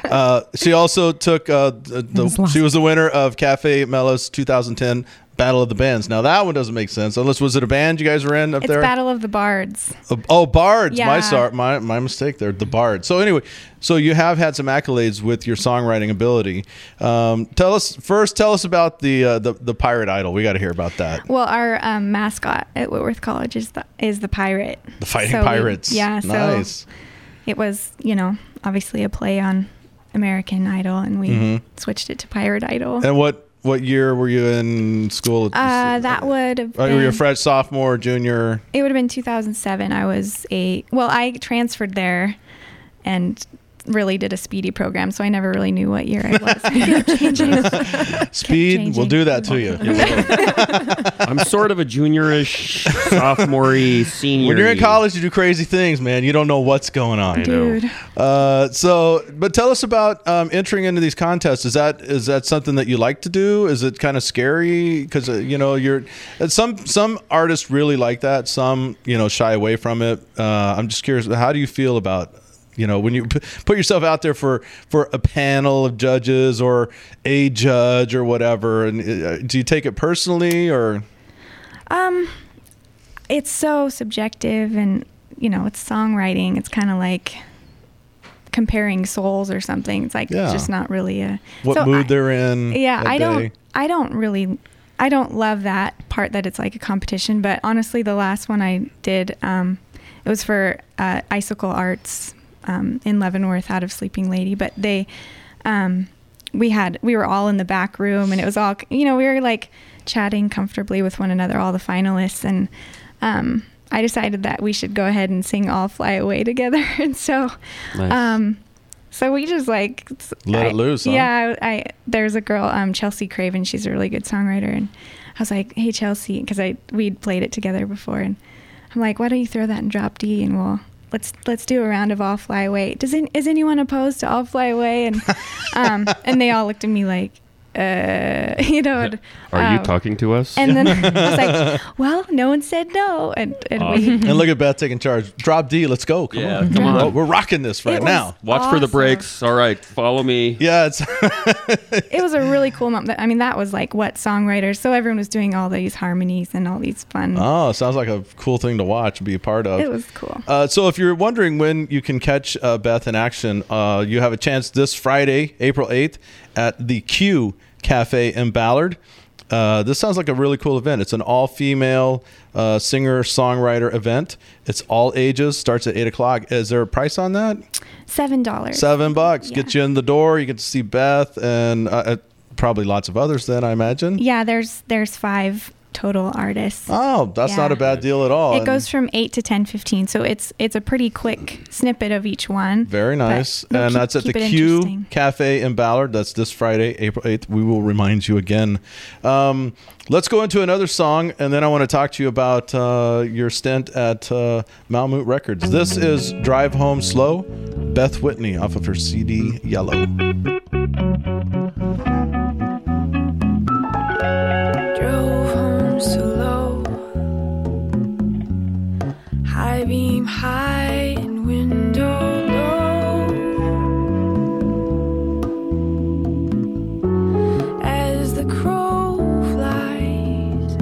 Speaker 9: Uh, she also took uh, the,
Speaker 6: was
Speaker 9: the
Speaker 6: lost.
Speaker 9: she was the winner of Cafe Mello's 2010 Battle of the Bands. Now that one doesn't make sense unless was it a band you guys were in up
Speaker 1: it's
Speaker 9: there?
Speaker 1: Battle of the Bards.
Speaker 9: Uh, oh, Bards. My
Speaker 1: Yeah.
Speaker 9: sor- my my mistake there. The Bard. So anyway, so you have had some accolades with your songwriting ability. Um, tell us first. Tell us about the uh, the, the Pirate Idol. We got to hear about that.
Speaker 1: Well, our um, mascot at Whitworth College is the is the pirate.
Speaker 9: The Fighting
Speaker 1: So we-
Speaker 9: Pirates.
Speaker 1: yeah, so
Speaker 9: Nice.
Speaker 1: it was you know obviously a play on American Idol, and we switched it to Pirate Idol.
Speaker 9: Mm-hmm. and what what year were you in school?
Speaker 1: Uh, that would have
Speaker 9: Uh, were you a
Speaker 1: been,
Speaker 9: fresh sophomore, junior?
Speaker 1: it would have been 2007. I was eight. Well, I transferred there, and really did a speedy program, so I never really knew what year I was. I kept changing.
Speaker 9: Speed will
Speaker 1: changing.
Speaker 9: do that to you.
Speaker 10: I'm sort of a juniorish, sophomore, senior.
Speaker 9: When you're in college, you do crazy things, man. You don't know what's going on.
Speaker 10: know.
Speaker 1: Dude,
Speaker 9: Uh, so, but tell us about um, entering into these contests. Is that is that something that you like to do? Is it kind of scary because uh, you know you're uh, some some artists really like that. Some you know shy away from it. Uh, I'm just curious, how do you feel about you know when you p- put yourself out there for for a panel of judges or a judge or whatever? And uh, do you take it personally or
Speaker 1: Um, it's so subjective, and you know, it's songwriting. It's kind of like comparing souls or something. It's like
Speaker 9: Yeah.
Speaker 1: it's just not really a
Speaker 9: what
Speaker 1: So
Speaker 9: mood
Speaker 1: I-
Speaker 9: they're in?
Speaker 1: yeah
Speaker 9: that
Speaker 1: i
Speaker 9: day?
Speaker 1: don't i don't really i don't love that part that it's like a competition but honestly the last one i did um it was for uh, icicle arts um, in leavenworth out of sleeping lady but they um we had we were all in the back room and it was all you know we were like chatting comfortably with one another all the finalists and um i decided that we should go ahead and sing all fly away together and so
Speaker 10: Nice.
Speaker 1: um so we just like s-
Speaker 9: Let
Speaker 1: I-
Speaker 9: it loose, huh?
Speaker 1: Yeah, I, I there's a girl, um, Chelsea Craven. She's a really good songwriter, and I was like, "Hey, Chelsea," because I we'd played it together before, and I'm like, "Why don't you throw that in drop D and we'll." Let's let's do a round of all fly away. Does an- is anyone opposed to all fly away? And um, and they all looked at me like, uh, you know. And,
Speaker 10: Are you
Speaker 1: um,
Speaker 10: talking to us?
Speaker 1: And then I was like, well, no one said no, and and we
Speaker 9: and look at Beth taking charge. Drop D, let's go. Come
Speaker 10: Yeah,
Speaker 9: on.
Speaker 10: come on.
Speaker 9: We're rocking this right
Speaker 1: It was-
Speaker 9: now.
Speaker 10: Watch for the
Speaker 1: Awesome.
Speaker 10: breaks. All right, follow me.
Speaker 9: Yeah, it's
Speaker 1: it was a really cool moment. I mean, that was like what songwriters. So everyone was doing all these harmonies and all these fun.
Speaker 9: oh, sounds like a cool thing to watch and be a part of.
Speaker 1: It was cool.
Speaker 9: Uh, so if you're wondering when you can catch uh, Beth in action, uh, you have a chance this Friday, April 8th, at the Q Cafe in Ballard. Uh, this sounds like a really cool event. It's an all-female uh, singer-songwriter event. It's all ages. Starts at eight o'clock. Is there a price on that?
Speaker 1: Seven dollars.
Speaker 9: Seven bucks.
Speaker 1: Yeah.
Speaker 9: Get you in the door. You get to see Beth and uh, uh, probably lots of others. Then I imagine.
Speaker 1: Yeah, there's there's five total artists.
Speaker 9: Oh, that's not
Speaker 1: Yeah.
Speaker 9: a bad deal at all.
Speaker 1: It
Speaker 9: And
Speaker 1: goes from eight to ten fifteen, so it's it's a pretty quick snippet of each one.
Speaker 9: Very
Speaker 1: but
Speaker 9: nice.
Speaker 1: we'll
Speaker 9: and
Speaker 1: keep-
Speaker 9: that's at the
Speaker 1: keep it
Speaker 9: Q
Speaker 1: interesting.
Speaker 9: Cafe in Ballard. That's this Friday, April 8th. We will remind you again. Um, let's go into another song, and then I want to talk to you about uh, your stint at uh, Malmute Records. This is Drive Home Slow, Beth Whitney off of her CD Yellow.
Speaker 5: drove home so low. High beam high and window low. As the crow flies,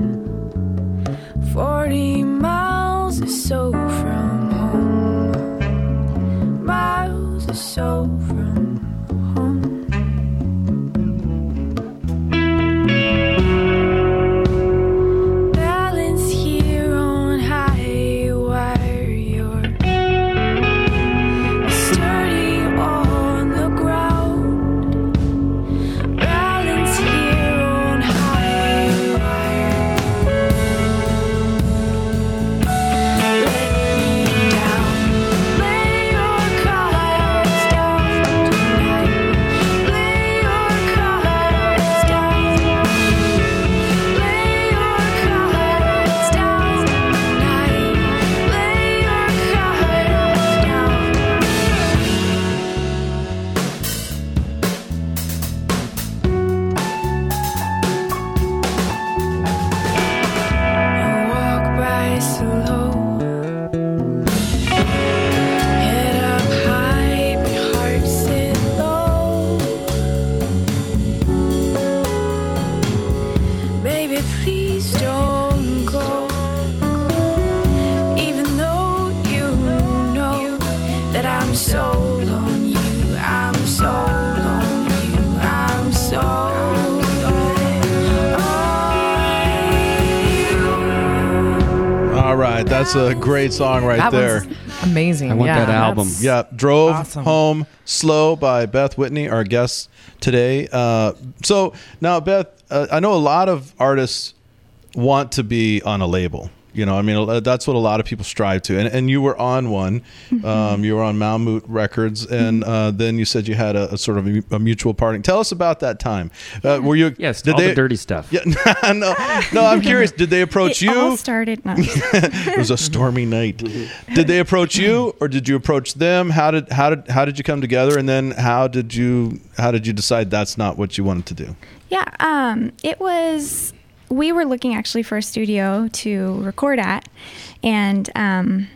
Speaker 5: 40 miles or so from home. Miles or so from home. balance here on high wire. You're sturdy on the ground. Balance here on high wire. Let me down. Lay your cards down tonight. Lay your cards down. Lay your cards down tonight. Lay your cards down. And walk by slow. Head up high, but heart sit low. Baby, please don't go. Even though you know that I'm sold on you, I'm sold on you, I'm sold on you.
Speaker 9: All right, that's a great song right
Speaker 6: that
Speaker 9: there.
Speaker 6: was amazing.
Speaker 10: I want
Speaker 6: yeah,
Speaker 10: that album.
Speaker 6: that's-
Speaker 9: Yeah, drove
Speaker 6: Awesome.
Speaker 9: home slow by Beth Whitney, our guest today. Uh, so now, Beth, uh, I know a lot of artists want to be on a label. You know, I mean, uh, that's what a lot of people strive to. And, and you were on one.
Speaker 6: Mm-hmm.
Speaker 9: Um, you were on Malmute Records, and uh, then you said you had a, a sort of a, mu- a mutual parting. Tell us about that time. Uh, were you?
Speaker 10: Yes, all the dirty stuff.
Speaker 9: Yeah, no, no. I'm curious. Did they approach
Speaker 1: It
Speaker 9: you?
Speaker 1: all started. No,
Speaker 9: it was a stormy night. Did they approach you, or did you approach them? How did how did how did you come together, and then how did you how did you decide that's not what you wanted to do?
Speaker 1: Yeah, um, it was. We were looking actually for a studio to record at, and um,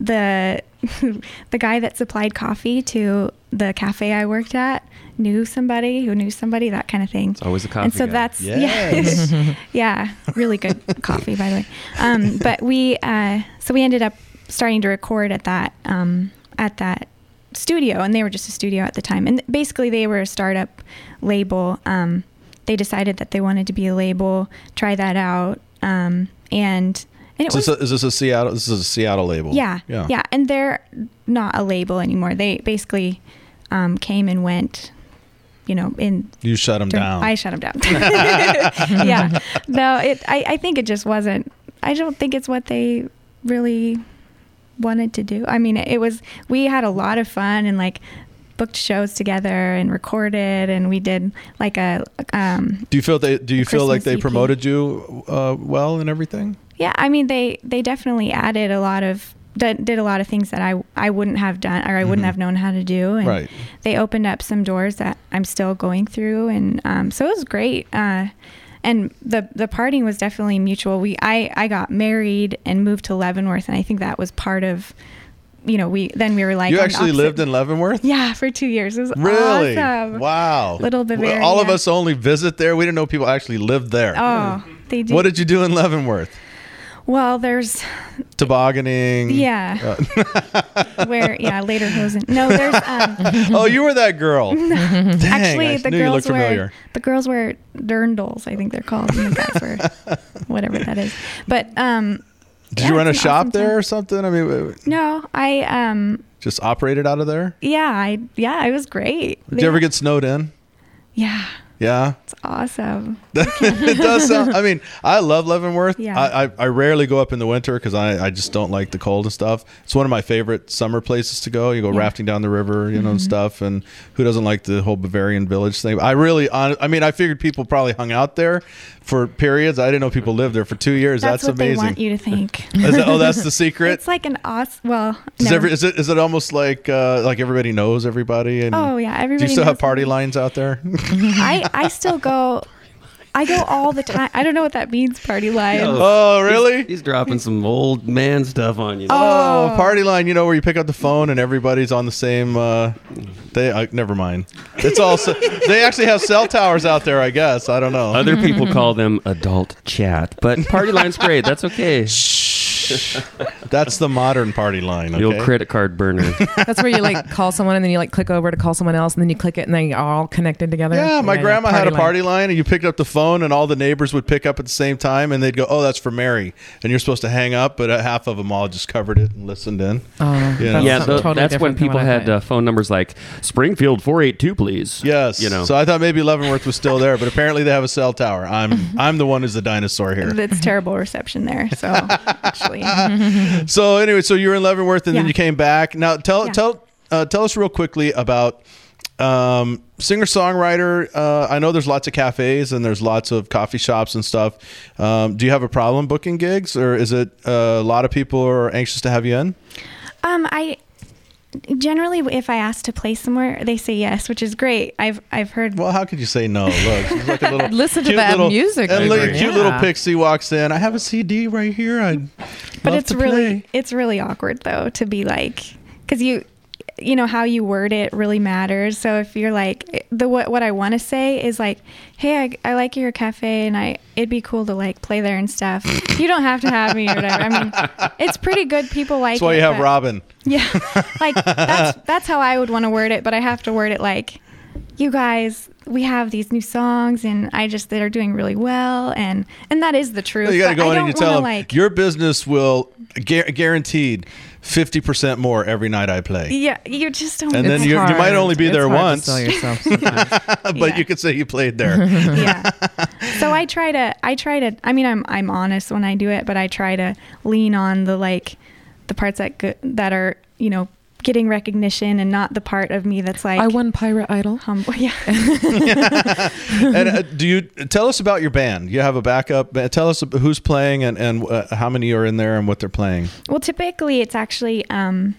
Speaker 1: the the guy that supplied coffee to the cafe I worked at knew somebody who knew somebody, that kind of thing. It's
Speaker 10: always a coffee
Speaker 1: And so
Speaker 10: guy.
Speaker 1: that's yeah, yeah, really good coffee by the way. Um, but we uh, so we ended up starting to record at that um, at that studio, and they were just a studio at the time. And basically, they were a startup label. Um, they decided that they wanted to be a label, try that out, um, and and it
Speaker 9: Is
Speaker 1: was
Speaker 9: this, a, is this a Seattle? This is a Seattle label.
Speaker 1: yeah,
Speaker 9: yeah,
Speaker 1: and they're not a label anymore. They basically um, came and went, you know, in
Speaker 9: You shut them
Speaker 1: during-
Speaker 9: down.
Speaker 1: I shut them down. yeah, no, it. I, I think it just wasn't. I don't think it's what they really wanted to do. I mean, it was. We had a lot of fun and like booked shows together and recorded, and we did like a. Um,
Speaker 9: do you feel they do you feel like
Speaker 1: Christmas E
Speaker 9: they
Speaker 1: EP.
Speaker 9: promoted you uh, well and everything?
Speaker 1: yeah, I mean, they they definitely added a lot of did, did a lot of things that I I wouldn't have done or I wouldn't
Speaker 9: Mhm.
Speaker 1: have known how to do. And
Speaker 9: Right.
Speaker 1: they opened up some doors that I'm still going through, and um, so it was great. Uh, and the the parting was definitely mutual. We I I got married and moved to Leavenworth, and I think that was part of, you know, we then we were like
Speaker 9: you
Speaker 1: on
Speaker 9: actually
Speaker 1: opposite-
Speaker 9: lived in Leavenworth?
Speaker 1: yeah for two years. It was
Speaker 9: Really?
Speaker 1: awesome.
Speaker 9: Wow.
Speaker 1: Little
Speaker 9: Well, all of
Speaker 1: Bavaria.
Speaker 9: us only visit there. We didn't know people actually lived there.
Speaker 1: Oh, they do.
Speaker 9: What did you do in Leavenworth?
Speaker 1: Well, there's
Speaker 9: Tobogganing.
Speaker 1: Yeah.
Speaker 9: Uh,
Speaker 1: where yeah later hosen. No, there's um,
Speaker 9: oh, you were that girl.
Speaker 1: No.
Speaker 9: Dang,
Speaker 1: Mm-hmm. Actually,
Speaker 9: I
Speaker 1: the
Speaker 9: knew you
Speaker 1: girls
Speaker 9: looked
Speaker 1: wear
Speaker 9: familiar.
Speaker 1: the girls wear dirndls. I think they're called, and the guys wear whatever that is. But um,
Speaker 9: Did
Speaker 1: yeah,
Speaker 9: you run a
Speaker 1: it's an
Speaker 9: shop
Speaker 1: awesome
Speaker 9: there
Speaker 1: time.
Speaker 9: or something? I mean, w- w-
Speaker 1: No, I um,
Speaker 9: just operated out of there.
Speaker 1: yeah, I yeah, it was great.
Speaker 9: Did you ever get snowed in?
Speaker 1: Yeah,
Speaker 9: Yeah.
Speaker 1: it's awesome.
Speaker 9: it does sound. I mean, I love Leavenworth.
Speaker 1: Yeah.
Speaker 9: I, I, I rarely go up in the winter because I, I just don't like the cold and stuff. It's one of my favorite summer places to go. You go rafting down the river, you know,
Speaker 1: Mm-hmm.
Speaker 9: and stuff. And who doesn't like the whole Bavarian village thing? I really, hon- I mean, I figured people probably hung out there for periods. I didn't know people lived there for two years.
Speaker 1: That's,
Speaker 9: That's,
Speaker 1: what
Speaker 9: amazing.
Speaker 1: they want you to think.
Speaker 9: Is that- oh, that's the secret.
Speaker 1: It's like an awesome. Well,
Speaker 9: Does
Speaker 1: no.
Speaker 9: every, is it is it almost like uh, like everybody knows everybody? And
Speaker 1: Oh, yeah,
Speaker 9: Do you
Speaker 1: everybody
Speaker 9: still have
Speaker 1: knows
Speaker 9: party lines out there?
Speaker 1: I I still go. I go all the time. I don't know what that means. Party life.
Speaker 9: Oh, really? He's,
Speaker 10: dropping some old man stuff on you.
Speaker 9: Oh, party line, you know, where you pick up the phone and everybody's on the same. Uh, they uh, never mind. It's all. se- they actually have cell towers out there. I guess I don't know.
Speaker 10: Other people call them adult chat, but party line's great. That's okay.
Speaker 9: That's the modern party line.
Speaker 10: The old
Speaker 9: okay?
Speaker 10: credit card burner.
Speaker 6: That's where you like call someone and then you like click over to call someone else and then you click it and they are all connected together.
Speaker 9: Yeah, my grandma had a
Speaker 6: line.
Speaker 9: party line, and you picked up the phone, and all the neighbors would pick up at the same time, and they'd go, "Oh, that's for Mary," and you're supposed to hang up, but uh, half of them all just covered it and listened in.
Speaker 6: Oh,
Speaker 9: You know?
Speaker 10: yeah, tho-
Speaker 6: totally
Speaker 10: that's when
Speaker 6: different than
Speaker 10: people
Speaker 6: what I
Speaker 10: had
Speaker 6: thought.
Speaker 10: uh, phone numbers like Springfield four eight two, please.
Speaker 9: Yes.
Speaker 10: you know.
Speaker 9: So I thought maybe Leavenworth was still there, but apparently they have a cell tower. I'm I'm the one who's the dinosaur here.
Speaker 1: That's terrible reception there. So actually,
Speaker 9: So anyway, so you were in Leavenworth and then
Speaker 1: Yeah.
Speaker 9: you came back. Now tell
Speaker 1: Yeah.
Speaker 9: tell uh, tell us real quickly about um, singer songwriter. Uh, I know there's lots of cafes and there's lots of coffee shops and stuff. Um, do you have a problem booking gigs, or is it uh, a lot of people are anxious to have you in?
Speaker 1: Um, I generally, if I ask to play somewhere, they say yes, which is great. I've I've heard.
Speaker 9: Well, how could you say no? Look, it's like a little
Speaker 6: Listen to
Speaker 9: cute
Speaker 6: that
Speaker 9: little-
Speaker 6: music.
Speaker 9: And
Speaker 10: I
Speaker 9: look, a
Speaker 10: agree.
Speaker 9: cute little
Speaker 6: Yeah.
Speaker 9: pixie walks in. I have a CD right here. I'd
Speaker 1: but
Speaker 9: love
Speaker 1: it's
Speaker 9: to
Speaker 1: really
Speaker 9: play."
Speaker 1: it's really awkward though to be like because you you know how you word it really matters so if you're like eh, the what, what i want to say is like hey I, I like your cafe and i it'd be cool to like play there and stuff you don't have to have me or whatever i mean it's pretty good people like
Speaker 9: That's why
Speaker 1: it,
Speaker 9: you have
Speaker 1: but-
Speaker 9: Robin.
Speaker 1: Yeah, like that's that's how I would want to word it, but I have to word it like, you guys, we have these new songs, and I just they're doing really well, and and that is the truth.
Speaker 9: You got to
Speaker 1: but
Speaker 9: go
Speaker 1: I
Speaker 9: in
Speaker 1: don't
Speaker 9: and you tell them
Speaker 1: wanna, like,
Speaker 9: your business will gu- guaranteed fifty percent more every night I play.
Speaker 1: yeah, you just don't.
Speaker 9: And
Speaker 1: wanna-
Speaker 9: then you- you might only be
Speaker 6: It's
Speaker 9: there
Speaker 6: hard
Speaker 9: once.
Speaker 6: To sell yourself sometimes.
Speaker 9: but
Speaker 1: Yeah.
Speaker 9: you could say you played there.
Speaker 1: yeah. So I try to I try to I mean I'm I'm honest when I do it, but I try to lean on the like the parts that go, that are you know getting recognition and not the part of me that's like
Speaker 6: I won Pirate Idol.
Speaker 1: humble. Yeah.
Speaker 9: and uh, do you tell us about your band? You have a backup. ba- Tell us ab- who's playing and and uh, how many are in there and what they're playing.
Speaker 1: Well, typically it's actually um,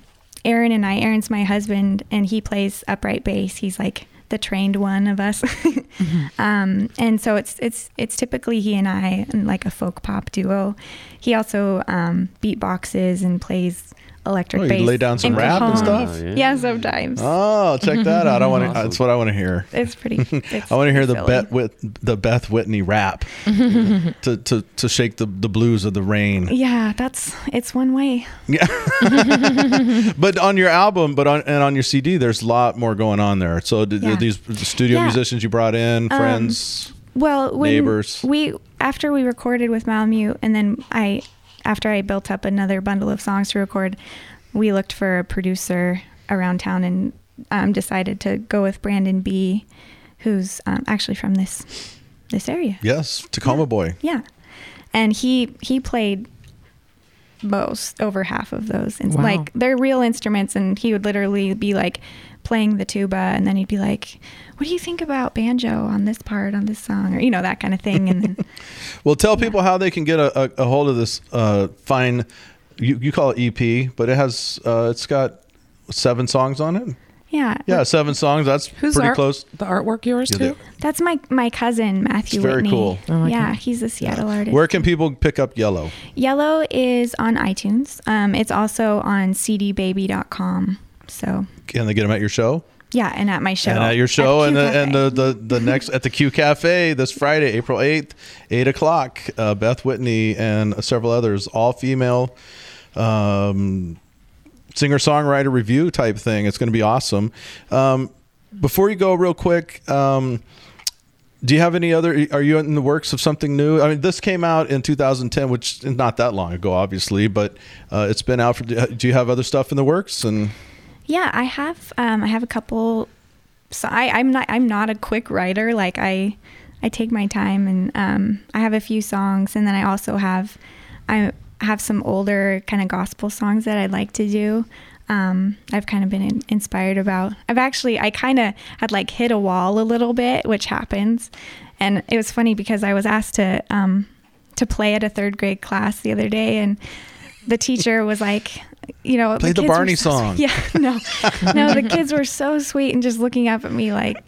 Speaker 1: Aaron and I. Aaron's my husband, and he plays upright bass. He's like the trained one of us,
Speaker 10: Mm-hmm.
Speaker 1: um, and so it's it's it's typically he and I and like a folk pop duo. He also um, beatboxes and plays electric
Speaker 9: Oh, you
Speaker 1: bass.
Speaker 9: lay down some rap and
Speaker 1: cajon.
Speaker 9: stuff?
Speaker 10: Oh,
Speaker 1: yeah.
Speaker 10: yeah.
Speaker 1: sometimes
Speaker 9: Oh, check that out! I want to.
Speaker 10: Awesome.
Speaker 9: That's what I want to hear.
Speaker 1: it's pretty. It's
Speaker 9: I want to hear the
Speaker 1: silly.
Speaker 9: Beth with the Beth Whitney rap to, to to shake the the blues of the rain.
Speaker 1: Yeah, that's it's one way.
Speaker 9: But on your album, but on and on your CD, there's a lot more going on there. So did,
Speaker 1: Yeah.
Speaker 9: these studio
Speaker 1: Yeah. Um,
Speaker 9: musicians you brought in, friends.
Speaker 1: Well, when
Speaker 9: Neighbors.
Speaker 1: We after we recorded with Malmute, and then I after I built up another bundle of songs to record, we looked for a producer around town and um, decided to go with Brandon B, who's um, actually from this this area.
Speaker 9: yes, Tacoma Boy.
Speaker 1: Yeah, and he he played most over half of those and
Speaker 6: Wow.
Speaker 1: like they're real instruments and he would literally be like playing the tuba and then he'd be like what do you think about banjo on this part on this song or you know that kind of thing and then
Speaker 9: Well, tell people how they can get a, a, a hold of this uh, fine You, you call it EP, but it has uh, it's got seven songs on it.
Speaker 1: Yeah.
Speaker 9: Yeah, seven songs. That's
Speaker 1: Who's
Speaker 9: pretty
Speaker 1: art-
Speaker 9: close.
Speaker 6: The artwork yours
Speaker 9: Yeah, too?
Speaker 1: That's my my cousin Matthew
Speaker 9: It's very
Speaker 1: Whitney.
Speaker 9: cool.
Speaker 1: Oh, yeah, he's a Seattle artist.
Speaker 9: Where can people pick up Yellow?
Speaker 1: Yellow is on iTunes. Um, it's also on cdbaby.com. So
Speaker 9: Can they get them at your show?
Speaker 1: yeah, and at my show.
Speaker 9: And at your show,
Speaker 1: At
Speaker 9: and
Speaker 1: Q
Speaker 9: the,
Speaker 1: Cafe.
Speaker 9: and the, the the next at the Q Cafe this Friday, April eighth, eight o'clock. Uh, Beth Whitney and several others, all female, um, singer songwriter review type thing. It's going to be awesome. Um, before you go, real quick. Um, do you have any other? Are you in the works of something new? I mean, this came out in 2010, which is not that long ago, obviously, but uh, it's been out for. Do you have other stuff in the works? And
Speaker 1: Yeah, I have. Um, I have a couple. So I, I'm not. I'm not a quick writer. Like I, I take my time, and um, I have a few songs, and then I also have, I have some older kind of gospel songs that I'd like to do. Um, I've kind of been in, inspired about. I've actually, I kind of had like hit a wall a little bit, which happens, and it was funny because I was asked to um, to play at a third grade class the other day, and the teacher was like, you know,
Speaker 9: Play the
Speaker 1: kids were
Speaker 9: Barney
Speaker 1: so sweet.
Speaker 9: song.
Speaker 1: Yeah, no, no, the kids were so sweet and just looking up at me like,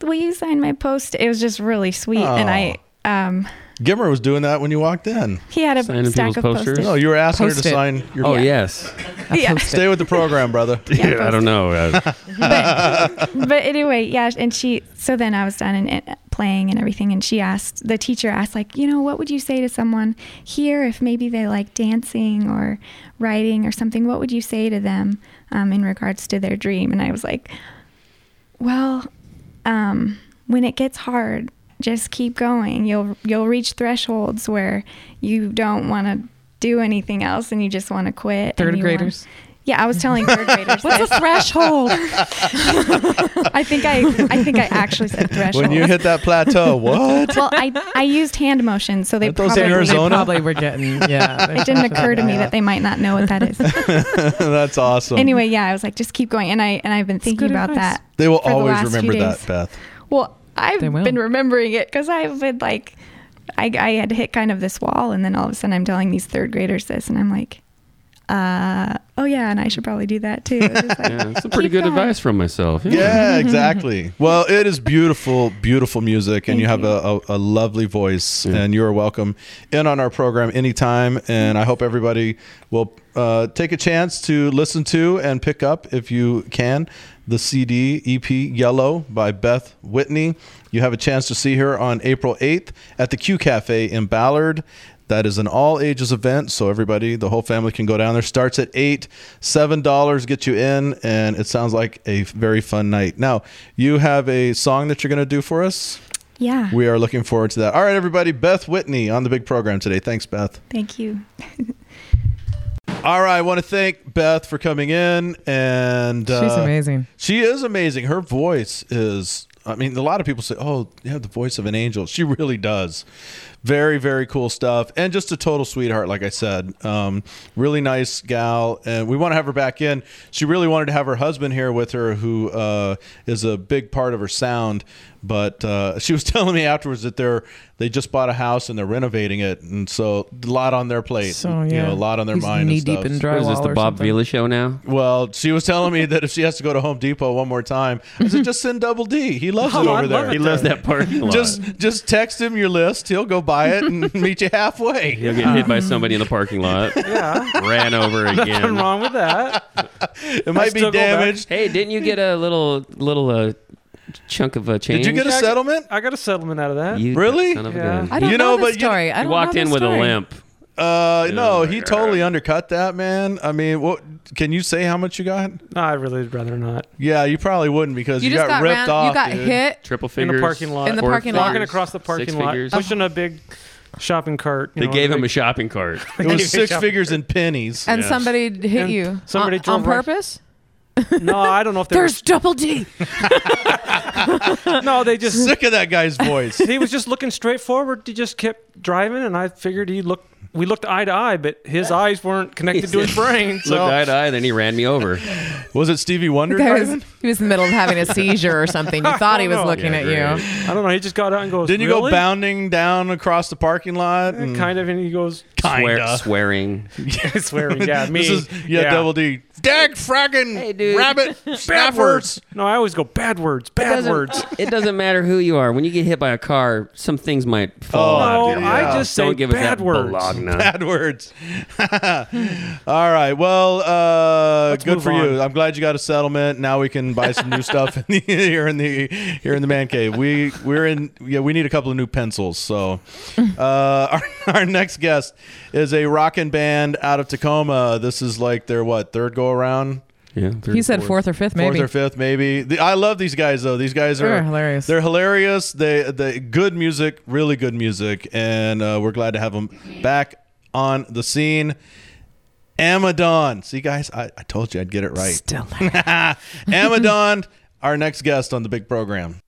Speaker 1: "Will you sign my post?" It was just really sweet, and I, um,
Speaker 9: Gimmer was doing that when you walked in.
Speaker 1: he had a
Speaker 10: Signing
Speaker 1: stack of
Speaker 10: people's
Speaker 1: posters.
Speaker 10: posters?
Speaker 9: No, you were asking her
Speaker 6: Post-it.
Speaker 9: to sign your.
Speaker 10: Oh yes.
Speaker 1: yeah,
Speaker 9: Stay with the program, brother.
Speaker 10: Yeah, I don't know. Uh,
Speaker 1: but anyway, yeah, and she. So then I was done and and playing and everything, and she asked the teacher asked like, you know, what would you say to someone here if maybe they like dancing or writing or something? What would you say to them um, in regards to their dream? And I was like, well, um, when it gets hard, just keep going. You'll you'll reach thresholds where you don't want to do anything else and you just want to quit. and
Speaker 6: Third
Speaker 1: you want-
Speaker 6: graders?
Speaker 1: yeah, I was telling third graders.
Speaker 6: What's
Speaker 1: this.
Speaker 6: a threshold?
Speaker 1: I think I, I think I actually said threshold.
Speaker 9: When you hit that plateau, what?
Speaker 1: well, I, I used hand motions, so they
Speaker 9: Aren't those
Speaker 1: probably
Speaker 9: in Arizona?
Speaker 6: They probably were getting, yeah.
Speaker 1: it didn't occur to me that they might not know what that is.
Speaker 9: That's awesome.
Speaker 1: anyway, yeah, I was like, just keep going, and I and I've been thinking
Speaker 6: good
Speaker 1: about
Speaker 6: advice.
Speaker 1: that.
Speaker 9: they will
Speaker 1: for the
Speaker 9: always
Speaker 1: last few
Speaker 9: remember that,
Speaker 1: days.
Speaker 9: Beth.
Speaker 1: Well, I've
Speaker 6: They will.
Speaker 1: been remembering it because I've been like, I I had hit kind of this wall, and then all of a sudden I'm telling these third graders this, and I'm like, uh, oh yeah, and I should probably do that too. It's just like,
Speaker 10: yeah, that's some pretty
Speaker 1: Keep
Speaker 10: good
Speaker 1: going.
Speaker 10: advice from myself.
Speaker 9: Yeah, exactly. Well, it is beautiful, beautiful music, and you have a, a, a lovely voice, and you are welcome in on our program anytime. And I hope everybody will uh, take a chance to listen to and pick up, if you can, the CD EP Yellow by Beth Whitney. You have a chance to see her on April 8th at the Q Cafe in Ballard. That is an all ages event, so everybody, the whole family can go down there. Starts at eight, seven dollars get you in, and it sounds like a very fun night. Now, you have a song that you're going to do for us.
Speaker 1: yeah.
Speaker 9: We are looking forward to that. All right, everybody, Beth Whitney on the big program today. Thanks, Beth.
Speaker 1: Thank you.
Speaker 9: All right, I want to thank Beth for coming in, and uh,
Speaker 6: She's amazing.
Speaker 9: She is amazing. Her voice is. I mean, a lot of people say, "Oh, you have the voice of an angel." She really does. Very, very cool stuff, and just a total sweetheart. Like I said, um, really nice gal, and we want to have her back in. She really wanted to have her husband here with her, who uh, is a big part of her sound. But uh, she was telling me afterwards that they're they just bought a house and they're renovating it, and so a lot on their plate.
Speaker 6: So,
Speaker 9: you know, a
Speaker 6: yeah.
Speaker 9: lot on their
Speaker 6: He's
Speaker 9: mind. and
Speaker 6: knee-deep
Speaker 9: stuff.
Speaker 6: in
Speaker 10: Or is this
Speaker 6: Drywall
Speaker 10: the
Speaker 6: or
Speaker 10: Bob
Speaker 6: something.
Speaker 10: Vila show now?
Speaker 9: Well, she was telling me that if she has to go to Home Depot one more time, I said, just send Double D. He loves it
Speaker 2: Oh, I
Speaker 9: over
Speaker 2: love
Speaker 9: there.
Speaker 2: it.
Speaker 10: He loves that parking lot.
Speaker 9: Just just text him your list. He'll go buy it and meet you halfway.
Speaker 10: He'll get hit by somebody in the parking lot.
Speaker 2: Yeah.
Speaker 10: Ran over
Speaker 2: Nothing
Speaker 10: again.
Speaker 2: wrong with that.
Speaker 9: It might be
Speaker 2: still go back.
Speaker 9: damaged.
Speaker 10: Hey, didn't you get a little little uh, chunk of a change?
Speaker 9: Did you get a settlement?
Speaker 2: I got a settlement out of that.
Speaker 10: You
Speaker 9: Really?
Speaker 10: Son of a
Speaker 2: Yeah.
Speaker 10: gun.
Speaker 6: I don't
Speaker 9: You know,
Speaker 6: know,
Speaker 9: but
Speaker 6: this
Speaker 9: you-
Speaker 6: story. I
Speaker 10: He
Speaker 6: don't
Speaker 10: walked
Speaker 6: know
Speaker 10: in
Speaker 6: this
Speaker 10: with
Speaker 6: story.
Speaker 10: a limp.
Speaker 9: Uh, no,
Speaker 10: my
Speaker 9: he
Speaker 10: God.
Speaker 9: totally undercut that, man. I mean, what can you say how much you got?
Speaker 2: No, I really would rather not.
Speaker 9: Yeah, you probably wouldn't because
Speaker 6: You,
Speaker 9: you,
Speaker 6: just got,
Speaker 9: ripped
Speaker 6: ran,
Speaker 9: off.
Speaker 6: You got
Speaker 9: dude.
Speaker 6: hit.
Speaker 10: Triple
Speaker 2: In
Speaker 10: figures.
Speaker 2: the parking lot.
Speaker 6: In the
Speaker 10: four
Speaker 6: parking lot.
Speaker 10: figures,
Speaker 2: Walking across the parking
Speaker 10: six
Speaker 2: lot.
Speaker 10: Figures.
Speaker 2: Pushing a big shopping cart. you
Speaker 10: They
Speaker 2: know,
Speaker 10: gave him
Speaker 2: big-
Speaker 10: a shopping cart.
Speaker 9: It was six figures in pennies.
Speaker 6: And
Speaker 10: Yeah.
Speaker 6: somebody hit
Speaker 2: And
Speaker 6: you.
Speaker 2: somebody
Speaker 6: on,
Speaker 2: drove
Speaker 6: on
Speaker 2: right-
Speaker 6: purpose.
Speaker 2: No, I don't know if they
Speaker 6: There's double D.
Speaker 2: were. No, they just.
Speaker 9: Sick of that guy's voice.
Speaker 2: he was just looking straight forward. He just kept driving, and I figured he looked we looked eye to eye, but his eyes weren't connected to his brain. So
Speaker 10: Looked eye to eye, then he ran me over.
Speaker 9: Was it Stevie Wonder?
Speaker 6: The guy was, he was in the middle of having a seizure or something. You thought he was looking at you.
Speaker 2: I don't know. He just got out and goes.
Speaker 9: Didn't you go
Speaker 2: "Really?"
Speaker 9: bounding down across the parking lot? And
Speaker 2: Kind of, and he goes
Speaker 10: Swear,
Speaker 9: Kinda.
Speaker 10: swearing.
Speaker 2: swearing. Yeah, me.
Speaker 9: This is yeah, double D. Dag fracking rabbit
Speaker 2: Bad
Speaker 9: snappers.
Speaker 2: words. No, I always go bad words. Bad
Speaker 10: doesn't-
Speaker 2: words.
Speaker 10: It doesn't matter who you are. When you get hit by a car, some things might fall.
Speaker 9: Oh,
Speaker 10: out of
Speaker 2: No,
Speaker 10: your
Speaker 9: yeah.
Speaker 2: I
Speaker 10: mouth.
Speaker 2: just say
Speaker 10: don't give
Speaker 2: bad
Speaker 10: us that
Speaker 2: words.
Speaker 10: Bologna.
Speaker 9: Bad words. All right. Well, uh,
Speaker 2: Let's
Speaker 9: good
Speaker 2: move
Speaker 9: for you.
Speaker 2: on.
Speaker 9: I'm glad you got a settlement. Now we can buy some new stuff in the, here in the here in the man cave. We we're in. Yeah, we need a couple of new pencils. So, uh, our, our next guest is a rockin' band out of Tacoma. This is like their what third go around.
Speaker 10: Yeah,
Speaker 6: He said fourth or fifth, maybe.
Speaker 9: Fourth or fifth, maybe. The, I love these guys though. These guys
Speaker 6: They're
Speaker 9: are
Speaker 6: hilarious.
Speaker 9: They're hilarious. They they good music, really good music, and uh, we're glad to have them back on the scene. Amadon, see guys, I, I told you I'd get it right.
Speaker 6: Still.
Speaker 9: Amadon, our next guest on the big program.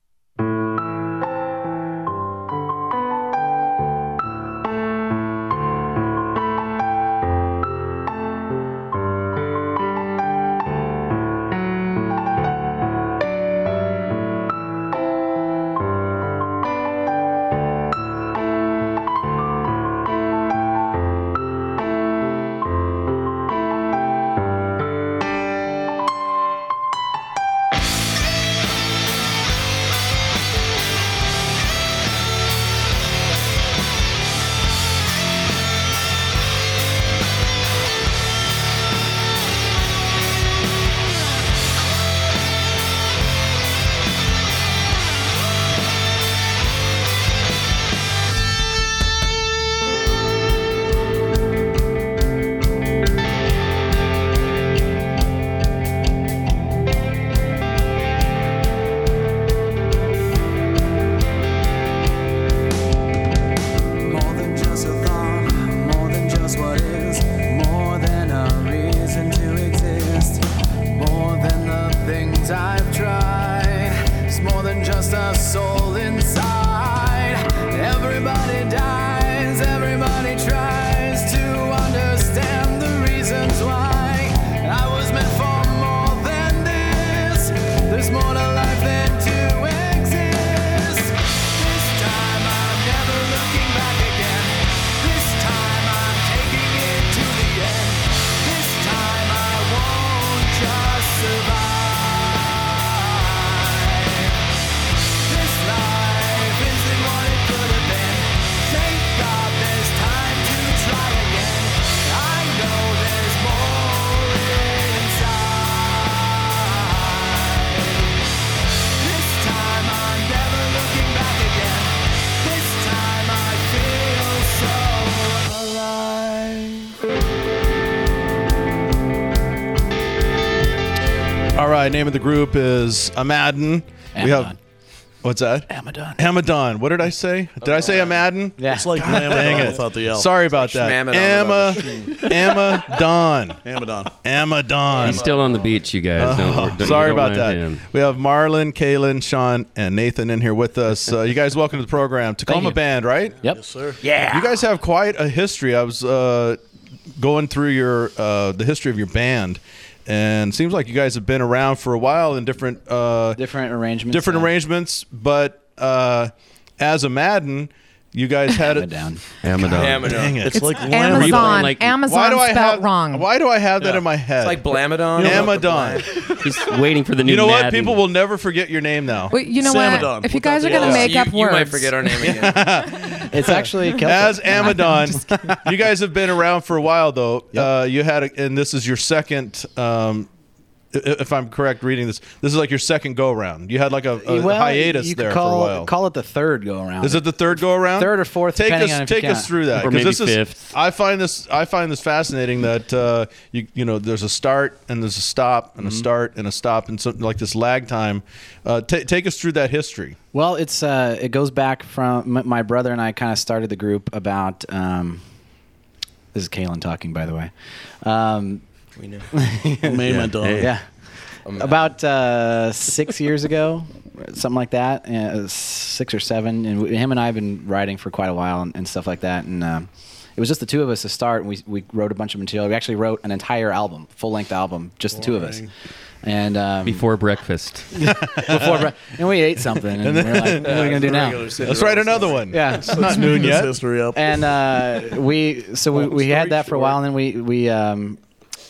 Speaker 11: More than just a thought, more than just what is, more than a reason to exist, more than the things I've tried. It's more than just a soul inside. Everybody dies, everybody tries to understand the reasons why. I was meant for more than this. There's more to life than to exist. This time I'm never looking back again. This time I'm taking it to the end. This time I won't just survive. This life isn't what it could have been. Thank God there's time to try again. I know there's more inside. This time I'm never looking back again. This time I feel so alive.
Speaker 9: All right, name of the group is Amadon. We have
Speaker 3: Amadon.
Speaker 9: what's that?
Speaker 3: Amadon.
Speaker 9: Amadon. What did I say? Did I say Amadon?
Speaker 3: Oh, Yeah.
Speaker 12: It's like Amadon without the L.
Speaker 9: Sorry about that.
Speaker 4: Shmamadon
Speaker 9: Emma, Amadon.
Speaker 12: Amadon.
Speaker 10: He's
Speaker 9: Amadon.
Speaker 10: still on the beach, you guys. Don't-
Speaker 9: Oh,
Speaker 10: don't- you
Speaker 9: sorry
Speaker 10: don't
Speaker 9: about
Speaker 10: mind
Speaker 9: that.
Speaker 10: him.
Speaker 9: We have Marlon, Kaylin, Sean, and Nathan in here with us. Uh, you guys, welcome to the program. Tacoma
Speaker 3: you.
Speaker 9: Band, right?
Speaker 3: Yep.
Speaker 12: Yes, sir.
Speaker 9: You guys have quite a history. I was uh, going through your uh, the history of your band, and it seems like you guys have been around for a while in different uh,
Speaker 3: Different arrangements.
Speaker 9: different
Speaker 3: now.
Speaker 9: arrangements. But uh, as a Madden, you guys had it.
Speaker 3: Amadon.
Speaker 10: Amadon.
Speaker 4: Dang
Speaker 12: It's, like Lamb.
Speaker 6: Amazon.
Speaker 10: like-
Speaker 6: Amazon
Speaker 9: Why do I
Speaker 6: spelled
Speaker 9: have
Speaker 6: wrong.
Speaker 9: Why do I have that in my head?
Speaker 4: It's like Blamadon.
Speaker 9: Amadon.
Speaker 10: He's waiting for the new.
Speaker 9: You know what?
Speaker 10: Madden.
Speaker 9: People will never forget your name now.
Speaker 6: Wait, you know
Speaker 12: Samadon.
Speaker 6: what? If you
Speaker 12: Without
Speaker 6: guys are
Speaker 12: the
Speaker 6: going to
Speaker 12: L.
Speaker 6: make
Speaker 4: you,
Speaker 6: up
Speaker 4: you
Speaker 6: words,
Speaker 4: might forget our name again.
Speaker 3: It's actually Celtic.
Speaker 9: As Amadon, you guys have been around for a while, though. Uh, you had, a, and this is your second. Um, i- if I'm correct, reading this, this is like your second go around. You had like a, a
Speaker 3: Well,
Speaker 9: hiatus
Speaker 3: you could
Speaker 9: there
Speaker 3: call,
Speaker 9: for a while.
Speaker 3: Call it the third go around.
Speaker 9: is it the third go around?
Speaker 3: Third or fourth,
Speaker 9: Take
Speaker 3: depending
Speaker 9: us,
Speaker 3: on if you
Speaker 9: take us
Speaker 3: count.
Speaker 9: through that
Speaker 10: Or
Speaker 9: 'cause
Speaker 10: maybe
Speaker 9: this is-
Speaker 10: fifth.
Speaker 9: I find this, I find this fascinating that uh, you, you know, there's a start and there's a stop
Speaker 3: Mm-hmm.
Speaker 9: and a start and a stop and something like this lag time. Uh, ta- take us through that history.
Speaker 3: Well, it's uh, it goes back from m- my brother and I kind of started the group about. Um, this is Kalen talking, by the way. Um,
Speaker 4: we know.
Speaker 12: Amadon.
Speaker 3: yeah, about uh, six years ago, something like that, uh, six or seven. And w- him and I have been riding for quite a while and, and stuff like that. And um it was just the two of us to start, and we we wrote a bunch of material. We actually wrote an entire album, full length album, just the two of us. And um,
Speaker 10: before breakfast.
Speaker 3: before bre- and we ate something, and,
Speaker 10: And
Speaker 3: we we're like,
Speaker 10: then-
Speaker 3: "What are we gonna do now?"
Speaker 10: Regular Cinderella write
Speaker 9: another one.
Speaker 3: Yeah,
Speaker 9: It's not noon This yet. history up.
Speaker 3: And uh, we so we, we had that for a while, and then we we um,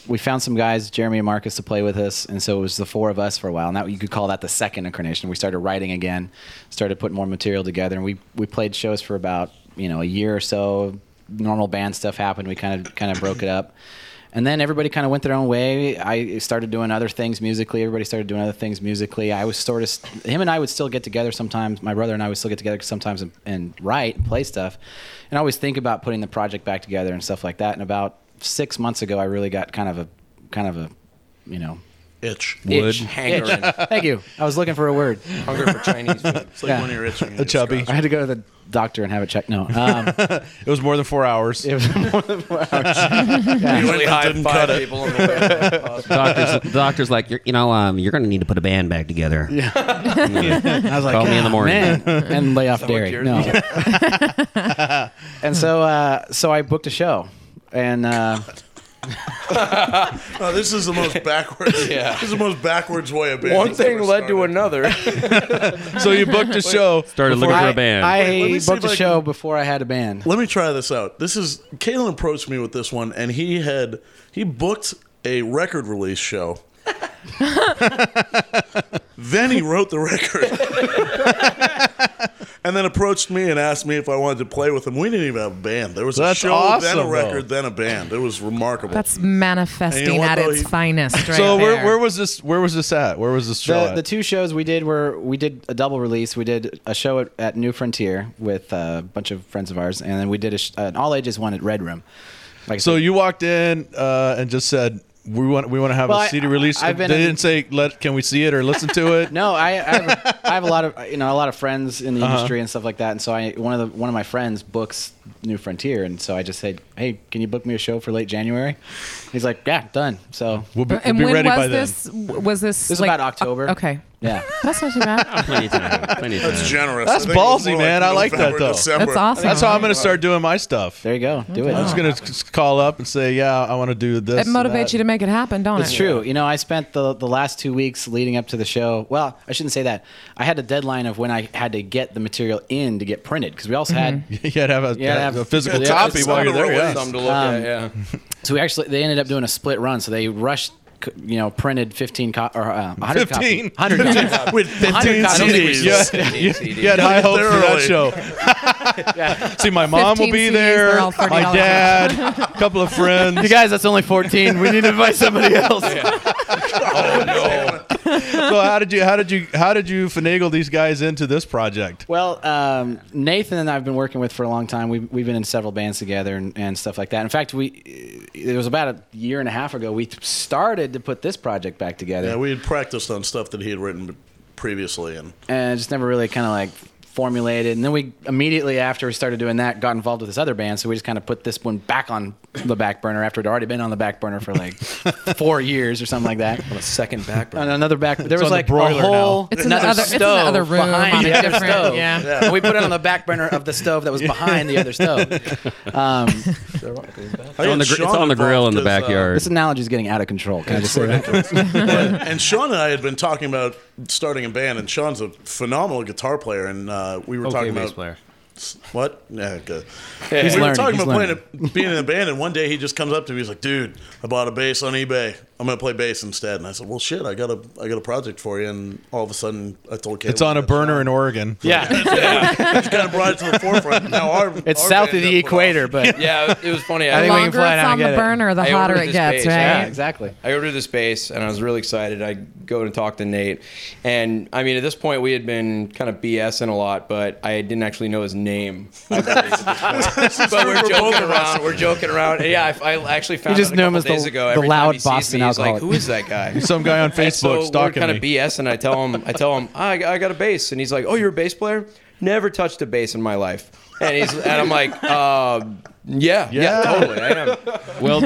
Speaker 3: we found some guys, Jeremy and Marcus, to play with us, and so it was the four of us for a while. And that you could call that the second incarnation. We started writing again, started putting more material together, and we we played shows for about you know a year or so. Normal band stuff happened. We kind of kind of broke it up. And then everybody kind of went their own way. I started doing other things musically. Everybody started doing other things musically. I was sort of him and I would still get together sometimes. My brother and I would still get together sometimes and, and write and play stuff. And I always think about putting the project back together and stuff like that. And about six months ago, I really got kind of a kind of a you know
Speaker 12: itch
Speaker 10: Wood.
Speaker 3: Itch.
Speaker 10: Hankering.
Speaker 3: Itch. Thank you. I was looking for a word.
Speaker 12: Hunger for Chinese food. It's like when you're itching and A you're chubby.
Speaker 3: I had to go to the doctor and have it checked. No. Um,
Speaker 9: it was more than four hours.
Speaker 3: It was more than four hours.
Speaker 10: Yeah.
Speaker 4: Usually high
Speaker 10: Didn't
Speaker 4: five
Speaker 10: cut it.
Speaker 4: people on the way.
Speaker 10: doctors, doctors like you're, you know, um, you're going to need to put a band back together. Yeah.
Speaker 3: I was like,
Speaker 10: Call me in
Speaker 3: "Ah,
Speaker 10: the morning."
Speaker 3: man." and lay off
Speaker 10: Is that what
Speaker 3: dairy.
Speaker 10: you're-
Speaker 3: No. and so, uh, so I booked a show, and uh,
Speaker 12: Oh, this is the most backwards. yeah. This is the most backwards way of being.
Speaker 4: One thing led to another.
Speaker 12: So you booked a show Started looking for a band.
Speaker 3: I, I
Speaker 12: Wait, let me see
Speaker 3: booked
Speaker 12: if
Speaker 3: a
Speaker 12: I
Speaker 3: show
Speaker 12: can-
Speaker 3: before I had a band.
Speaker 12: Let me try this out. This is Kalen approached me with this one, and he had he booked a record release show. then he wrote the record, and then approached me and asked me if I wanted to play with him. We didn't even have a band. There was
Speaker 9: That's
Speaker 12: a show,
Speaker 9: awesome,
Speaker 12: then
Speaker 9: though.
Speaker 12: a record, then a band. It was remarkable.
Speaker 6: That's manifesting
Speaker 12: And you know what,
Speaker 6: at
Speaker 12: though?
Speaker 6: its
Speaker 12: He-
Speaker 6: finest. Right
Speaker 9: so where,
Speaker 6: there.
Speaker 9: where was this? Where was this at? Where was this show?
Speaker 3: The, the two shows we did were we did a double release. We did a show at, at New Frontier with uh, a bunch of friends of ours, and then we did a sh- an all ages one at Red Room. Like I
Speaker 9: at? So
Speaker 3: said,
Speaker 9: you walked in uh, and just said. We want we want to have
Speaker 3: Well, I-
Speaker 9: a CD release.
Speaker 3: I've
Speaker 9: they
Speaker 3: been in-
Speaker 9: didn't say let can we see it or listen to it.
Speaker 3: No, I, I, have, I have a lot of you know a lot of friends in the
Speaker 9: Uh-huh.
Speaker 3: industry and stuff like that, and so I one of the one of my friends books New Frontier, and so I just said, hey, can you book me a show for late January? He's like, yeah, done. So we'll
Speaker 6: be, and when was this? w- Was this?
Speaker 3: This is
Speaker 6: like,
Speaker 3: about October.
Speaker 6: okay.
Speaker 3: Yeah.
Speaker 6: That's not too bad.
Speaker 10: Plenty of time. Plenty of time.
Speaker 12: That's generous.
Speaker 9: That's
Speaker 12: I think it was
Speaker 9: ballsy,
Speaker 12: more
Speaker 9: man.
Speaker 12: like
Speaker 9: I like that
Speaker 12: November,
Speaker 9: though.
Speaker 12: December. That's awesome.
Speaker 9: That's how I'm going to start doing my stuff.
Speaker 3: There you go. Do it.
Speaker 9: I'm just going to call up and say, "Yeah, I want to do this."
Speaker 6: It motivates you to make it happen, don't
Speaker 3: it's
Speaker 6: it?
Speaker 3: true. You know, I spent the the last two weeks leading up to the show. Well, I shouldn't say that. I had a deadline of when I had to get the material in to get printed because we also had
Speaker 9: you had to have a,
Speaker 3: Yeah,
Speaker 9: have
Speaker 3: have-
Speaker 9: a physical
Speaker 3: yeah,
Speaker 9: copy
Speaker 3: it's
Speaker 9: while
Speaker 3: not
Speaker 9: you're
Speaker 3: a
Speaker 9: there. Yeah.
Speaker 3: release. Something to look at, Um, yeah. So we actually they ended up doing a split run. So they rushed, c- you know, printed fifteen co- or uh, 100
Speaker 9: 15.
Speaker 3: copies. 100 copies.
Speaker 9: With 15
Speaker 3: 100 copies. I don't think we
Speaker 9: CDs.
Speaker 3: sold
Speaker 9: Yeah.
Speaker 3: 15
Speaker 9: You-
Speaker 3: CDs.
Speaker 9: you had high hopes for that show. See, my mom will
Speaker 6: 15
Speaker 9: be
Speaker 6: CDs,
Speaker 9: there.
Speaker 6: they're all
Speaker 9: My
Speaker 6: $40.
Speaker 9: dad, a couple of friends.
Speaker 3: You guys, that's only fourteen. We need to invite somebody else.
Speaker 9: so how did you? How did you? How did you finagle these guys into this project?
Speaker 3: Well, um, Nathan and I've been working with for a long time. We've, we've been in several bands together and, and stuff like that. In fact, we it was about a year and a half ago we started to put this project back together.
Speaker 12: Yeah, we had practiced on stuff that he had written previously, and
Speaker 3: and just never really kind of like formulated. And then we immediately after we started doing that, got involved with this other band. So we just kind of put this one back on the back burner after it had already been on the back burner for like four years or something like that. On a second back burner. On another back. There
Speaker 9: It's on
Speaker 3: was
Speaker 9: the
Speaker 3: like a
Speaker 9: broiler now.
Speaker 3: whole
Speaker 9: It's in the
Speaker 3: another
Speaker 9: other- it's
Speaker 3: stove
Speaker 9: in the other room
Speaker 3: behind
Speaker 9: on a
Speaker 3: the other
Speaker 9: different-
Speaker 3: stove.
Speaker 9: yeah.
Speaker 3: And we put it on the back burner of the stove that was behind the other stove. Um,
Speaker 10: It's on the gr- it's on the grill in the backyard.
Speaker 3: This analogy is getting out of control. Can I just say that?
Speaker 12: and Sean and I had been talking about starting a band, and Sean's a phenomenal guitar player, and uh, we were
Speaker 13: Okay,
Speaker 12: talking
Speaker 13: bass
Speaker 12: about
Speaker 13: player.
Speaker 12: What? Yeah, good.
Speaker 3: He's
Speaker 12: we were
Speaker 3: learning,
Speaker 12: talking
Speaker 3: he's
Speaker 12: about playing a, being in a band, and one day he just comes up to me. He's like, "Dude, I bought a bass on eBay. I'm gonna play bass instead." And I said, "Well, shit, I got a I got a project for you." And all of a sudden, I told Caleb,
Speaker 9: It's on a burner in Oregon.
Speaker 12: It's kind of brought it to the forefront. Now our
Speaker 3: It's south of the equator, but
Speaker 4: Yeah, it was funny.
Speaker 3: I think we can
Speaker 6: longer
Speaker 3: fly
Speaker 6: it's
Speaker 3: down
Speaker 6: on
Speaker 3: and
Speaker 6: the
Speaker 3: get it.
Speaker 6: burner, the
Speaker 4: I
Speaker 6: hotter
Speaker 4: ordered
Speaker 6: it
Speaker 4: this
Speaker 6: gets,
Speaker 4: bass,
Speaker 6: right?
Speaker 4: yeah.
Speaker 3: exactly.
Speaker 4: I ordered this bass and I was really excited. I go and talk to Nate. And I mean, at this point, we had been kind of BSing a lot, but I didn't actually know his name. I believe, at this point. but we're joking around. We're joking around. And yeah, I, I actually found
Speaker 3: just
Speaker 4: out a
Speaker 3: knew him
Speaker 4: couple
Speaker 3: as the-
Speaker 4: days ago.
Speaker 3: the
Speaker 4: Every
Speaker 3: loud
Speaker 4: time he
Speaker 3: Boston
Speaker 4: sees me, he's
Speaker 3: alcoholic.
Speaker 4: Like, Who is that guy?
Speaker 9: Some guy on
Speaker 4: And
Speaker 9: Facebook
Speaker 4: so we're
Speaker 9: stalking
Speaker 4: kind
Speaker 9: me.
Speaker 4: of BSing. I tell him, I tell him, "Ah, I got I got a bass, and he's like, Oh, you're a bass player? never touched a bass in my life. And he's and I'm like, uh, yeah, yeah,
Speaker 10: Yeah.
Speaker 4: totally. I am.
Speaker 10: Well,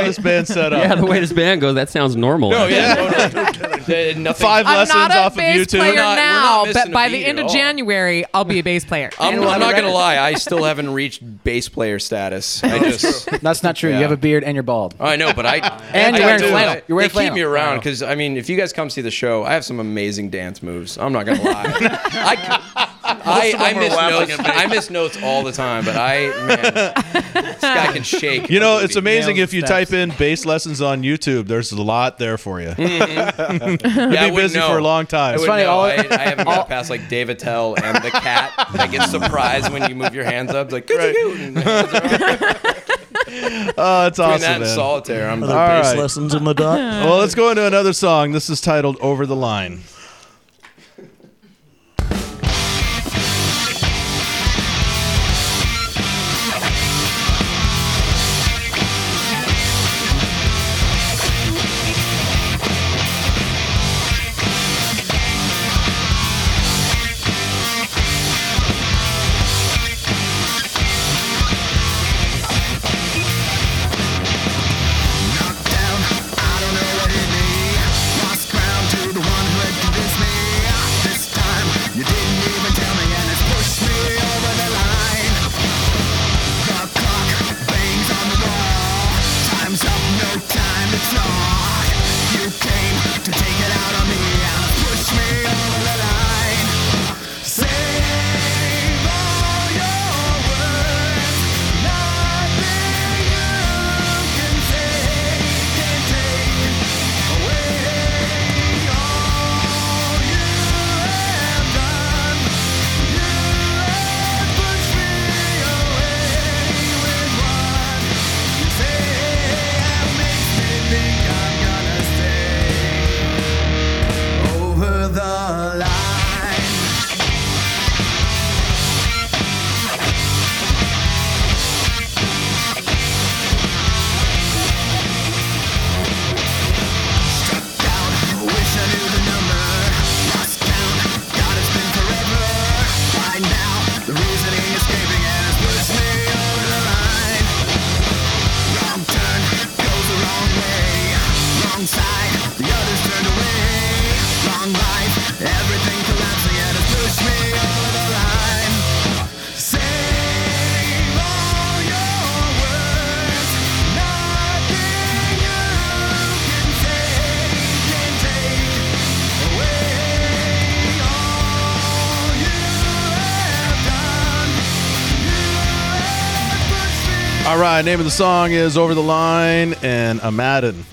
Speaker 10: Yeah, the way this band goes, that sounds normal.
Speaker 4: No, Oh, yeah, totally. There- nothing-
Speaker 6: bass player
Speaker 4: We're not- we're not
Speaker 6: now,
Speaker 4: missing
Speaker 6: but
Speaker 4: a
Speaker 6: by the
Speaker 4: beat
Speaker 6: end
Speaker 4: at
Speaker 6: of
Speaker 4: all.
Speaker 6: January, I'll be a bass player.
Speaker 4: I'm, I'm not gonna lie. I still haven't reached bass player status. I just
Speaker 3: That's not true. You
Speaker 4: Yeah.
Speaker 3: have a beard and you're bald.
Speaker 4: Oh, I know, but I
Speaker 3: And
Speaker 4: I
Speaker 3: you're wearing
Speaker 4: do.
Speaker 3: flannel.
Speaker 4: They-
Speaker 3: You're wearing
Speaker 4: they
Speaker 3: flannel.
Speaker 4: keep me around
Speaker 9: Oh.
Speaker 4: because I mean, if you guys come see the show, I have some amazing dance moves. I'm not gonna lie. I,
Speaker 12: Most of
Speaker 4: I
Speaker 12: them are
Speaker 4: miss
Speaker 12: laughing at
Speaker 4: notes.
Speaker 12: me.
Speaker 4: I miss notes all the time, but I man, this guy can shake.
Speaker 9: You know, it's
Speaker 4: Nails
Speaker 9: amazing if you
Speaker 4: steps.
Speaker 9: type in bass lessons on YouTube. There's a lot there for you.
Speaker 4: Mhm.
Speaker 9: You'll
Speaker 4: Yeah, I
Speaker 9: be
Speaker 4: wouldn't
Speaker 9: busy
Speaker 4: know.
Speaker 9: for a long time.
Speaker 4: I wouldn't know. I, I haven't got past like Dave Attell and the cat that gets surprised when you move your hands up. It's like, right.
Speaker 9: oh, it's
Speaker 4: Between
Speaker 9: awesome.
Speaker 4: that and
Speaker 9: man.
Speaker 4: solitaire, I'm- Are there
Speaker 9: All
Speaker 12: bass lessons in the dock?
Speaker 9: well, let's go into another song. This is titled "Over the Line."
Speaker 11: You didn't even tell me and it's pushed me over the line The clock bangs on the wall Time's up, no time to talk You came to take it out on me and push me over the line Save all your words Nothing you can take can take away all over the line. Wish I knew the number. Lost count. God, it's been forever. By now, the reasoning escaping and it's pushed me over the line. Wrong turn goes the wrong way. Wrong side, the others turned away. Wrong life, everything collapsing and it's pushed me over the line. Save all your words. Nothing you can take can take away all you have done.
Speaker 9: All right, name of the song is "Over the Line" and Amadon.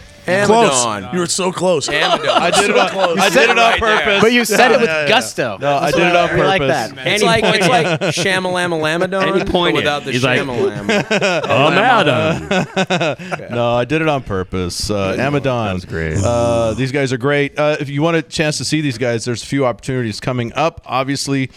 Speaker 12: Close. You were so close.
Speaker 9: Amadon. I did it on-
Speaker 12: Close.
Speaker 9: I You did said it it on right there. purpose. But you said it with gusto. No, I did it on purpose.
Speaker 4: It's
Speaker 9: Any
Speaker 4: like
Speaker 9: point-
Speaker 4: it's like Shamalama Lamadon, but without the Shamalam.
Speaker 9: Oh, no, I did it on purpose. Uh, Amadon. That's great. Uh, these guys are great. Uh, if you want a chance to see these guys, there's a few opportunities coming up. Obviously,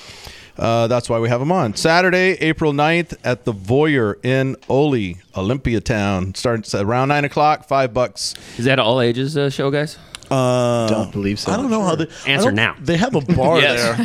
Speaker 9: uh, that's why we have them on. Saturday, April 9th at the Voyeur in Ole, Olympia Town. Starts at around 9 o'clock, 5 bucks.
Speaker 10: Is that all ages uh, show, guys?
Speaker 12: Uh,
Speaker 10: Don't believe so.
Speaker 12: I don't know how they I
Speaker 10: Answer
Speaker 12: don't-
Speaker 10: now.
Speaker 12: They have a bar there. I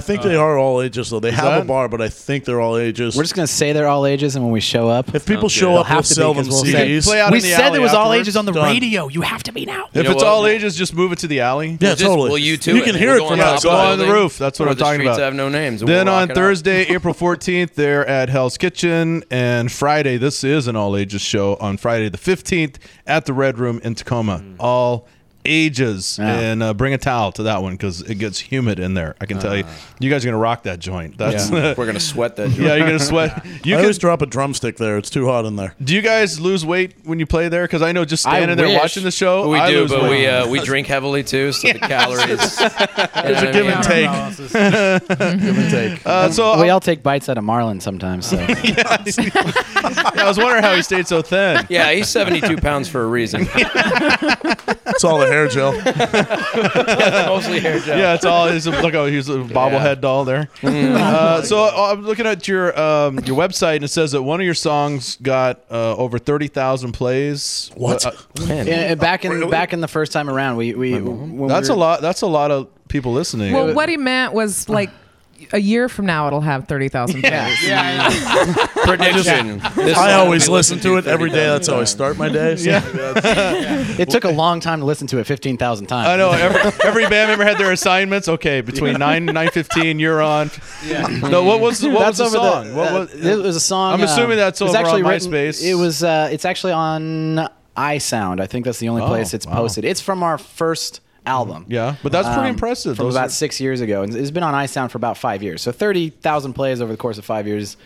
Speaker 12: think they are all ages though. They
Speaker 3: Is
Speaker 12: have
Speaker 3: that-
Speaker 12: a bar, but I think they're all ages.
Speaker 3: We're just gonna say they're all ages, and when we show up, if
Speaker 12: people show up, we'll sell them CDs. Play out
Speaker 3: we
Speaker 12: in the
Speaker 3: said
Speaker 12: alley
Speaker 3: it was all
Speaker 12: afterwards.
Speaker 3: ages on the
Speaker 12: Done.
Speaker 3: radio.
Speaker 6: You have to be now.
Speaker 9: If it's all ages, just move it to the alley.
Speaker 12: Yeah, We'll just- totally. we'll you two You it. can hear We'll it go on from top of
Speaker 9: Go
Speaker 12: the
Speaker 9: on the
Speaker 12: building,
Speaker 9: roof. That's what
Speaker 12: or
Speaker 9: I'm
Speaker 12: the
Speaker 9: talking
Speaker 12: streets
Speaker 9: about.
Speaker 12: have no names, and
Speaker 9: Then
Speaker 12: we'll
Speaker 9: on
Speaker 12: rock it out.
Speaker 9: Thursday, April 14th, they're at Hell's Kitchen, and Friday, this is an all ages show on Friday the 15th at the Red Room in Tacoma.
Speaker 12: Mm.
Speaker 9: All ages,
Speaker 3: Yeah.
Speaker 9: and uh, bring a towel to that one because it gets humid in there. I can tell
Speaker 12: Ah.
Speaker 9: you, you guys are gonna rock that joint. That's
Speaker 4: Yeah. We're gonna sweat that
Speaker 9: yeah, you're gonna sweat.
Speaker 12: You
Speaker 9: You
Speaker 12: I
Speaker 9: can
Speaker 12: always drop a drumstick there. It's too hot in there.
Speaker 9: Do you guys lose weight when you play there? Because I know just standing there watching the show,
Speaker 4: We
Speaker 9: I
Speaker 4: do,
Speaker 9: lose
Speaker 4: but
Speaker 9: weight.
Speaker 4: we uh, we drink heavily too, so the calories.
Speaker 9: There's a give and take.
Speaker 3: Give
Speaker 9: and take. Uh, so
Speaker 3: we all take bites out of Marlin sometimes. So.
Speaker 9: I was wondering how he stayed so thin.
Speaker 4: Yeah, he's 72 pounds for a reason.
Speaker 12: It's all the hair gel.
Speaker 4: Mostly hair gel.
Speaker 9: Yeah, it's all. He's a, look, oh, he's a bobblehead doll there.
Speaker 4: Mm.
Speaker 9: Uh, so uh, I'm looking at your um, your website, and it says that one of your songs got uh, over thirty thousand plays.
Speaker 3: What?
Speaker 9: Uh,
Speaker 3: Yeah, and back in back in the first time around, we we when we
Speaker 9: Uh, that's a
Speaker 3: were-
Speaker 9: lot. That's a lot of people listening.
Speaker 6: Well, what he meant was like a year from now it'll have thirty thousand plays.
Speaker 12: Prediction.
Speaker 9: I
Speaker 12: This I always listen to it every day. That's how I start my day. So
Speaker 9: Yeah.
Speaker 3: it took a long time to listen to it 15,000 times.
Speaker 9: I know every, every band member had their assignments. Okay, between
Speaker 3: Yeah.
Speaker 9: nine and nine fifteen, you're on. No, what was what
Speaker 3: That's
Speaker 9: was
Speaker 3: over
Speaker 9: the song? what
Speaker 3: uh,
Speaker 9: was,
Speaker 3: it was a song.
Speaker 9: I'm
Speaker 3: uh,
Speaker 9: assuming that's
Speaker 3: it was
Speaker 9: over
Speaker 3: actually
Speaker 9: on
Speaker 3: written-
Speaker 9: MySpace.
Speaker 3: It was. Uh, it's actually on iSound. I think that's the only
Speaker 9: Oh,
Speaker 3: place it's
Speaker 9: wow.
Speaker 3: posted. It's from our first album.
Speaker 9: Yeah, but that's pretty
Speaker 3: um,
Speaker 9: impressive.
Speaker 3: From
Speaker 9: Those
Speaker 3: about
Speaker 9: are-
Speaker 3: six years ago, and it's been on iSound for about five years. So thirty thousand plays over the course of five years.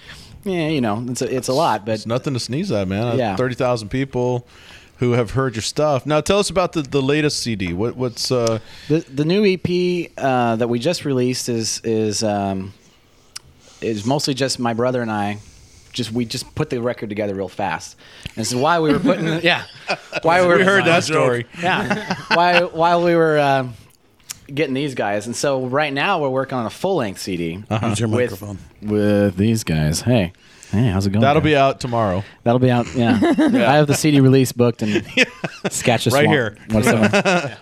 Speaker 3: Yeah, you know, it's a, it's a lot, but
Speaker 9: it's nothing to sneeze at, man. Uh,
Speaker 3: Yeah.
Speaker 9: thirty thousand people who have heard your stuff. Now tell us about the, the latest CD. What what's uh,
Speaker 3: the the new EP uh, that we just released is is um, is mostly just my brother and I. Just we just put the record together real fast. And this is why we were putting the, yeah. Why we, were,
Speaker 9: We heard that story.
Speaker 3: Yeah. Why while we were uh, getting these guys, and so right now we're working on a full length CD
Speaker 9: Uh-huh. Use your
Speaker 3: with
Speaker 9: microphone.
Speaker 3: with these guys. Hey. Hey, how's it going?
Speaker 9: That'll
Speaker 3: guys?
Speaker 9: be out tomorrow.
Speaker 3: That'll be out. Yeah,
Speaker 9: Yeah.
Speaker 3: I have the CD release booked and sketch
Speaker 9: right here.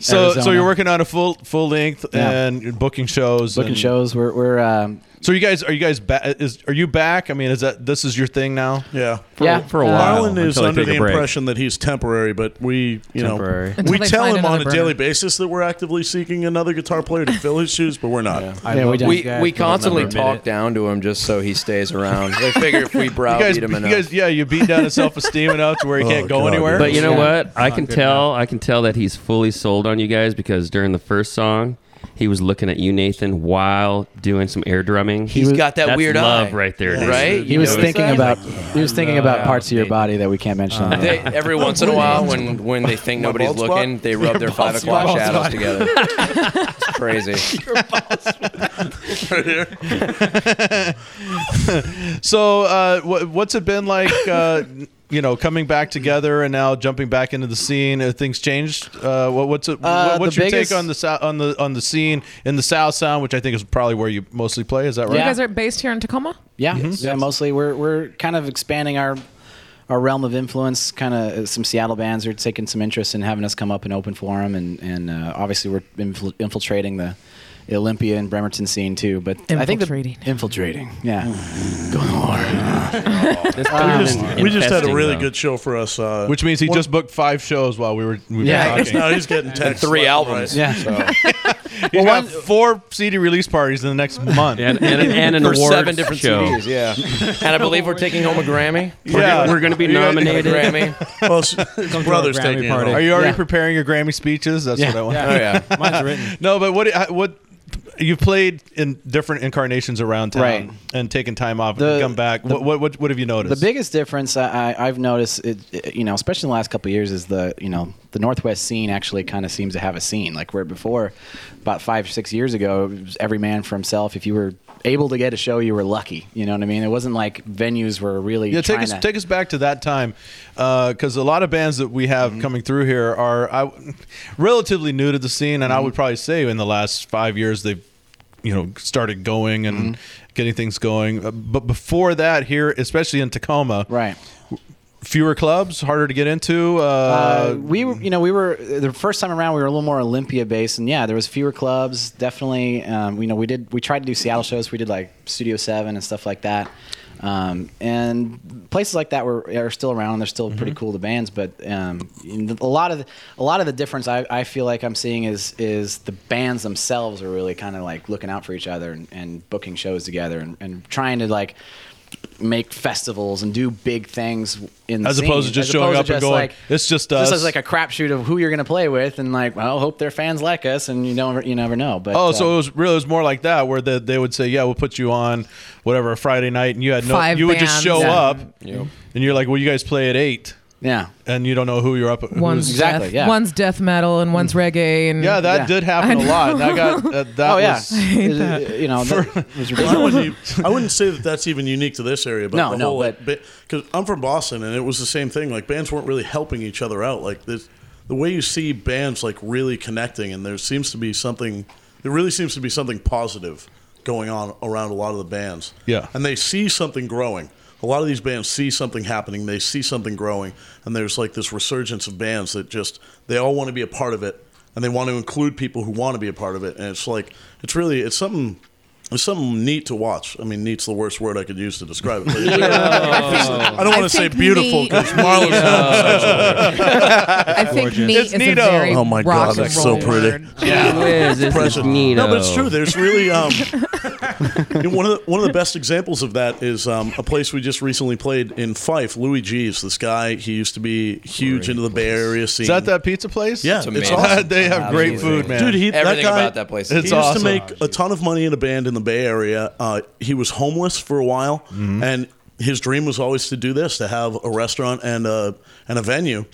Speaker 9: So so you're working on a full full length
Speaker 3: Yeah.
Speaker 9: and you're booking shows.
Speaker 3: Booking
Speaker 9: and-
Speaker 3: shows. We're we're um,
Speaker 9: So you guys are you guys back? Is are you back? I mean, is that this is your thing now?
Speaker 12: Yeah,
Speaker 9: For- Yeah. for
Speaker 3: Uh,
Speaker 9: a while,
Speaker 12: Marlon is
Speaker 9: until they
Speaker 12: under
Speaker 9: take
Speaker 12: the
Speaker 9: a break.
Speaker 12: impression that he's temporary, but we, you
Speaker 9: Temporary.
Speaker 12: know,
Speaker 9: Until
Speaker 12: we
Speaker 9: they
Speaker 12: tell
Speaker 9: find
Speaker 12: him on
Speaker 9: another
Speaker 12: a
Speaker 9: burner.
Speaker 12: daily basis that we're actively seeking another guitar player to fill his shoes, but we're not.
Speaker 4: I love that we, we constantly talk down to him just so he stays around. They figure if we
Speaker 9: You
Speaker 4: browbeat
Speaker 9: guys,
Speaker 4: him
Speaker 9: you
Speaker 4: enough.
Speaker 9: guys, yeah, you beat down his self esteem enough to where he can't go anywhere.
Speaker 10: But you know what? I can tell. I can tell that he's fully sold on you guys because during the first song, he was looking at you, Nathan, while doing some air drumming.
Speaker 4: He's
Speaker 10: That's
Speaker 4: got that weird
Speaker 10: love
Speaker 4: eye.
Speaker 10: right there,
Speaker 4: Yeah.
Speaker 10: Nathan.
Speaker 4: Right?
Speaker 3: He
Speaker 4: You
Speaker 3: was
Speaker 4: notice
Speaker 3: thinking about
Speaker 4: that?
Speaker 3: he was thinking about parts of your body that we can't mention. on
Speaker 4: They,
Speaker 3: the
Speaker 4: every once in a while, when, when they think
Speaker 3: My
Speaker 4: nobody's
Speaker 3: Uh, bald spot?
Speaker 4: looking, they rub
Speaker 3: Your
Speaker 4: their
Speaker 3: bald
Speaker 4: five
Speaker 3: spot. Bald
Speaker 4: o'clock shadows
Speaker 3: spot.
Speaker 4: together. It's crazy.
Speaker 9: so uh, wha- what's it been like? Uh, you know, coming back together and now jumping back into the scene. Have things changed? Uh, what, what's it,
Speaker 3: Uh,
Speaker 9: what- what's
Speaker 3: the
Speaker 9: your
Speaker 3: biggest-
Speaker 9: take on the sou- on the on the scene in the South Sound, which I think is probably where you mostly play? Is that right?
Speaker 6: You guys are based here in Tacoma.
Speaker 3: Yeah, yeah. Mostly, we're we're kind of expanding our our realm of influence. Kind of some Seattle bands are taking some interest in having us come up and open for them, and and uh, obviously we're infil- infiltrating the Olympia and Bremerton scene too. But I think the, infiltrating, yeah, going hard.
Speaker 12: We just, we just had a really good show for us, uh,
Speaker 9: Which means he
Speaker 12: one-
Speaker 9: just booked five shows while we were. We were
Speaker 12: Yeah.
Speaker 9: talking.
Speaker 12: No, he's getting And texts three left and albums. right. Yeah.
Speaker 9: He's got four CD release parties in the next month,
Speaker 10: And- and- and an For awards seven different show. CDs,
Speaker 4: yeah. And I believe we're taking home a Grammy.
Speaker 9: Yeah.
Speaker 10: we're gonna be
Speaker 9: You guys-
Speaker 10: nominated.
Speaker 4: Grammy.
Speaker 12: Well, s-
Speaker 4: Come to our
Speaker 12: brother's
Speaker 4: Grammy
Speaker 12: taking it home.
Speaker 9: Are you already preparing your Grammy speeches? That's
Speaker 12: Yeah.
Speaker 9: what I want.
Speaker 12: Yeah. Oh, yeah. Mine's
Speaker 9: written. no, but what I- what you've played in different incarnations around town
Speaker 3: Right.
Speaker 9: and taken time off
Speaker 3: The-
Speaker 9: and come back.
Speaker 3: the-
Speaker 9: what, what what what have you noticed?
Speaker 3: The biggest difference I, I, I've noticed, it, it- you know, especially in the last couple of years, is the you know the Northwest scene actually kind of seems to have a scene. Like where before, about five six years ago, it was every man for himself. If you were able to get a show, you were lucky. You know what I mean? It wasn't like venues were really
Speaker 9: yeah, take
Speaker 3: trying
Speaker 9: us
Speaker 3: to-
Speaker 9: take us back to that time, because a lot of bands that we have coming through here are I, relatively new to the scene, and I would probably say in the last five years they've you know started going and getting things going. Uh, But before that, here, especially in Tacoma,
Speaker 3: right,
Speaker 9: fewer clubs, harder to get into. Uh,
Speaker 3: Uh, we were, you know, we were the first time around. We were a little more Olympia based, and yeah, there was fewer clubs. Definitely, um, you know, we did we tried to do Seattle shows. We did like Studio Seven and stuff like that, um, and places like that were are still around. and They're still pretty
Speaker 9: Mm-hmm.
Speaker 3: cool to bands, but um, you know, a lot of the, a lot of the difference I, I feel like I'm seeing is is the bands themselves are really kind of like looking out for each other and, and booking shows together and, and trying to like make festivals and do big things in the
Speaker 9: As opposed
Speaker 3: scene,
Speaker 9: to just
Speaker 3: as
Speaker 9: showing
Speaker 3: opposed
Speaker 9: up
Speaker 3: to
Speaker 9: and
Speaker 3: just,
Speaker 9: going,
Speaker 3: like,
Speaker 9: "It's just us."
Speaker 3: This is like a crapshoot of who you're going to play with, and like, well, hope their fans like us, and you never, you never know. But
Speaker 9: oh,
Speaker 3: uh,
Speaker 9: so it was really it was more like that, where the, they would say, "Yeah, we'll put you on whatever a Friday night," and you had no,
Speaker 6: Five
Speaker 9: you would just
Speaker 6: bands.
Speaker 9: show
Speaker 6: Yeah.
Speaker 9: up,
Speaker 6: Yep.
Speaker 9: and you're like, "Well, you guys play at eight.
Speaker 3: yeah,
Speaker 9: and you don't know who you're up. who's-
Speaker 6: One's death, One's death metal and one's reggae and
Speaker 9: Yeah, that did happen
Speaker 6: a
Speaker 9: a lot. And I got uh, that.
Speaker 3: Oh, yeah.
Speaker 9: was-
Speaker 3: I hate It- that. it- you know, that was
Speaker 12: Well, I,
Speaker 3: ridiculous.
Speaker 12: wouldn't, e- I wouldn't say that that's even unique to this area, but
Speaker 3: No,
Speaker 12: the
Speaker 3: no,
Speaker 12: whole because I'm from Boston and it was the same thing. Like bands weren't really helping each other out. Like this, the way you see bands like really connecting, and there seems to be something. There really seems to be something positive going on around a lot of the bands.
Speaker 9: Yeah.
Speaker 12: and they see something growing. A lot of these bands see something happening. They see something growing, and there's like this resurgence of bands that just they all want to be a part of it, and they want to include people who want to be a part of it. And it's like it's really it's something It's something neat to watch. I mean, neat's the worst word I could use to describe it. but- Oh. I don't
Speaker 6: I
Speaker 12: want to say
Speaker 6: think
Speaker 12: beautiful
Speaker 6: neat-
Speaker 12: because Marla's
Speaker 6: Yeah.
Speaker 12: homosexual.
Speaker 6: I think It's neat is a neato. very
Speaker 12: Oh my
Speaker 6: rock
Speaker 12: god,
Speaker 6: and
Speaker 12: that's
Speaker 6: roll
Speaker 12: so pretty.
Speaker 6: word. Gee whiz, this is
Speaker 12: Impressive.
Speaker 6: neato.
Speaker 12: No, but it's true. There's really um, you know, one of the, one of the best examples of that is um, a place we just recently played in Fife. Louis G's, this guy, he used to be huge into the Bay Area scene.
Speaker 9: Is that that pizza place?
Speaker 12: Yeah,
Speaker 9: it's, awesome. they have great food, man.
Speaker 12: Dude, he,
Speaker 9: Everything
Speaker 12: that guy,
Speaker 9: about that place is
Speaker 12: He
Speaker 9: It's
Speaker 12: used
Speaker 9: awesome.
Speaker 12: to make a ton of money in a band in the Bay Area. Uh, he was homeless for a while,
Speaker 9: Mm-hmm.
Speaker 12: and his dream was always to do this: to have a restaurant and a and a venue.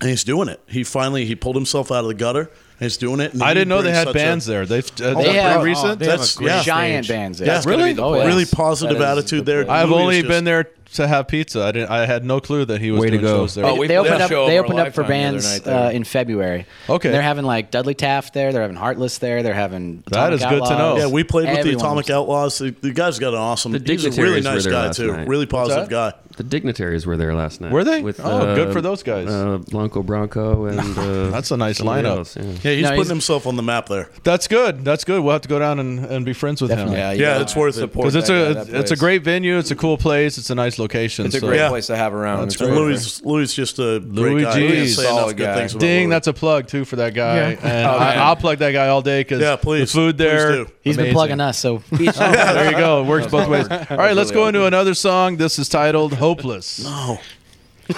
Speaker 12: And he's doing it. He finally he pulled himself out of the gutter. and He's doing it. And
Speaker 9: I
Speaker 12: he
Speaker 9: didn't know they
Speaker 12: brings
Speaker 9: had
Speaker 12: such
Speaker 9: bands there. They've- uh, that's pretty recent? They have a great
Speaker 3: giant bands there.
Speaker 12: Yeah,
Speaker 3: That's gonna
Speaker 12: really,
Speaker 3: be the place.
Speaker 12: really positive
Speaker 3: That is
Speaker 12: attitude there.
Speaker 9: I've
Speaker 12: Louis
Speaker 9: only
Speaker 12: just-
Speaker 9: been there to have pizza. I didn't. I had no clue that he was doing shows
Speaker 12: Oh,
Speaker 9: there.
Speaker 3: they opened up. They opened up for bands uh, in February.
Speaker 9: Okay.
Speaker 3: they're having like Dudley Taft there. They're having Heartless there. They're having
Speaker 9: That is good to know.
Speaker 12: Yeah, we played with the
Speaker 3: Everyone
Speaker 12: Atomic Outlaws. The, the guy's got an awesome.
Speaker 10: The
Speaker 12: he's a
Speaker 10: dignitaries
Speaker 12: really
Speaker 10: were
Speaker 12: nice
Speaker 10: there
Speaker 12: guy
Speaker 10: last
Speaker 12: too.
Speaker 10: night.
Speaker 12: Really positive guy.
Speaker 10: The dignitaries were there last night.
Speaker 12: Were they?
Speaker 10: With,
Speaker 12: Oh, good for
Speaker 9: those guys.
Speaker 10: Uh, Blanco Bronco and uh,
Speaker 9: That's a nice
Speaker 10: somebody
Speaker 9: lineup.
Speaker 10: else, yeah.
Speaker 12: Yeah, he's putting himself on the map there.
Speaker 9: That's good. That's good. We'll have to go down and, and be friends with
Speaker 12: Definitely.
Speaker 9: him.
Speaker 12: Yeah, you Yeah, gotta it's worth it. support
Speaker 9: because it's
Speaker 12: that
Speaker 9: a
Speaker 12: guy, that
Speaker 9: it's a
Speaker 12: place.
Speaker 9: great venue. It's a cool place. It's a nice location.
Speaker 12: It's a
Speaker 9: so-
Speaker 12: great Yeah. place to have around. It's great. Louis- Louis is just a great
Speaker 9: Louis
Speaker 12: guy. You can't
Speaker 9: G's.
Speaker 12: say enough Solid good guy. things about
Speaker 9: Ding,
Speaker 12: Louis.
Speaker 9: that's a plug too for that guy.
Speaker 12: Yeah.
Speaker 9: And
Speaker 12: Oh,
Speaker 9: I,
Speaker 12: man.
Speaker 9: I'll plug that guy all day because
Speaker 12: Yeah, please.
Speaker 9: the food
Speaker 12: Please
Speaker 9: there.
Speaker 12: do. He's been
Speaker 9: amazing.
Speaker 3: plugging us, Uh, so
Speaker 9: Oh, there you go. It works
Speaker 3: That's
Speaker 9: both
Speaker 3: awkward.
Speaker 9: ways. All right, let's go into another song. This is titled "Hopeless."
Speaker 12: No.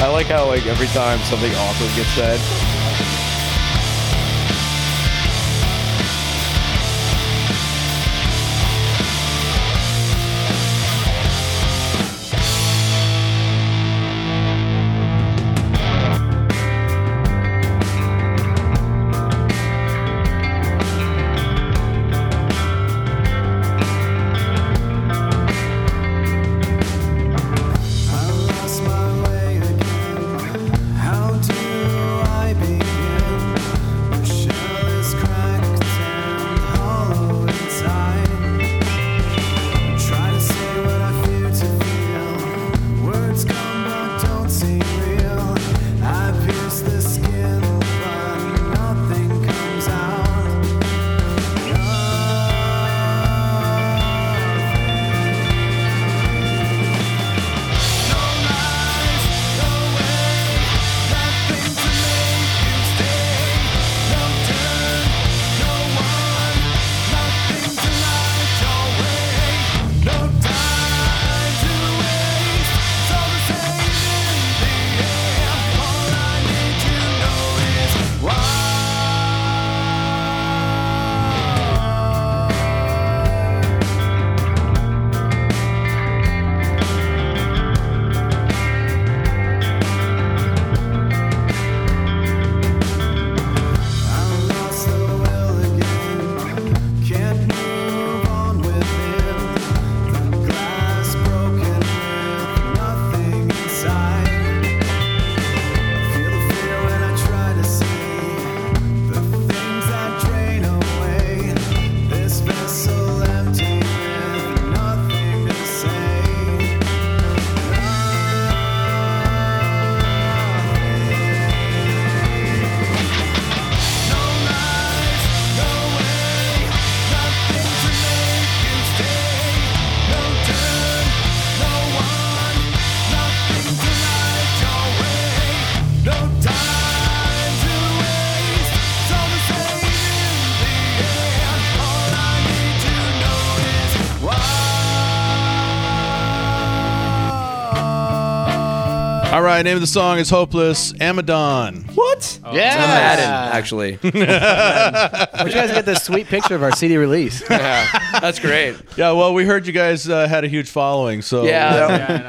Speaker 4: I like how like every time something awkward gets said.
Speaker 11: I lost my way again. How do I begin? My shell is cracked and hollow inside. Try to say what I fear to feel. Words come but don't seem real. I pierce the skin, but nothing comes out. I'm lost the will again. Can't move on with it. The glass broken with nothing inside. I feel the fear when I try to see the things that drain away. This vessel empty with nothing to say.
Speaker 9: All right, name of the song is "Hopeless." Amadon.
Speaker 4: What?
Speaker 3: Oh, Yeah.
Speaker 4: It's a Madden, actually.
Speaker 3: But you guys get this sweet picture of our CD release.
Speaker 4: yeah, that's great.
Speaker 9: Yeah, well, we heard you guys uh, had a huge following, so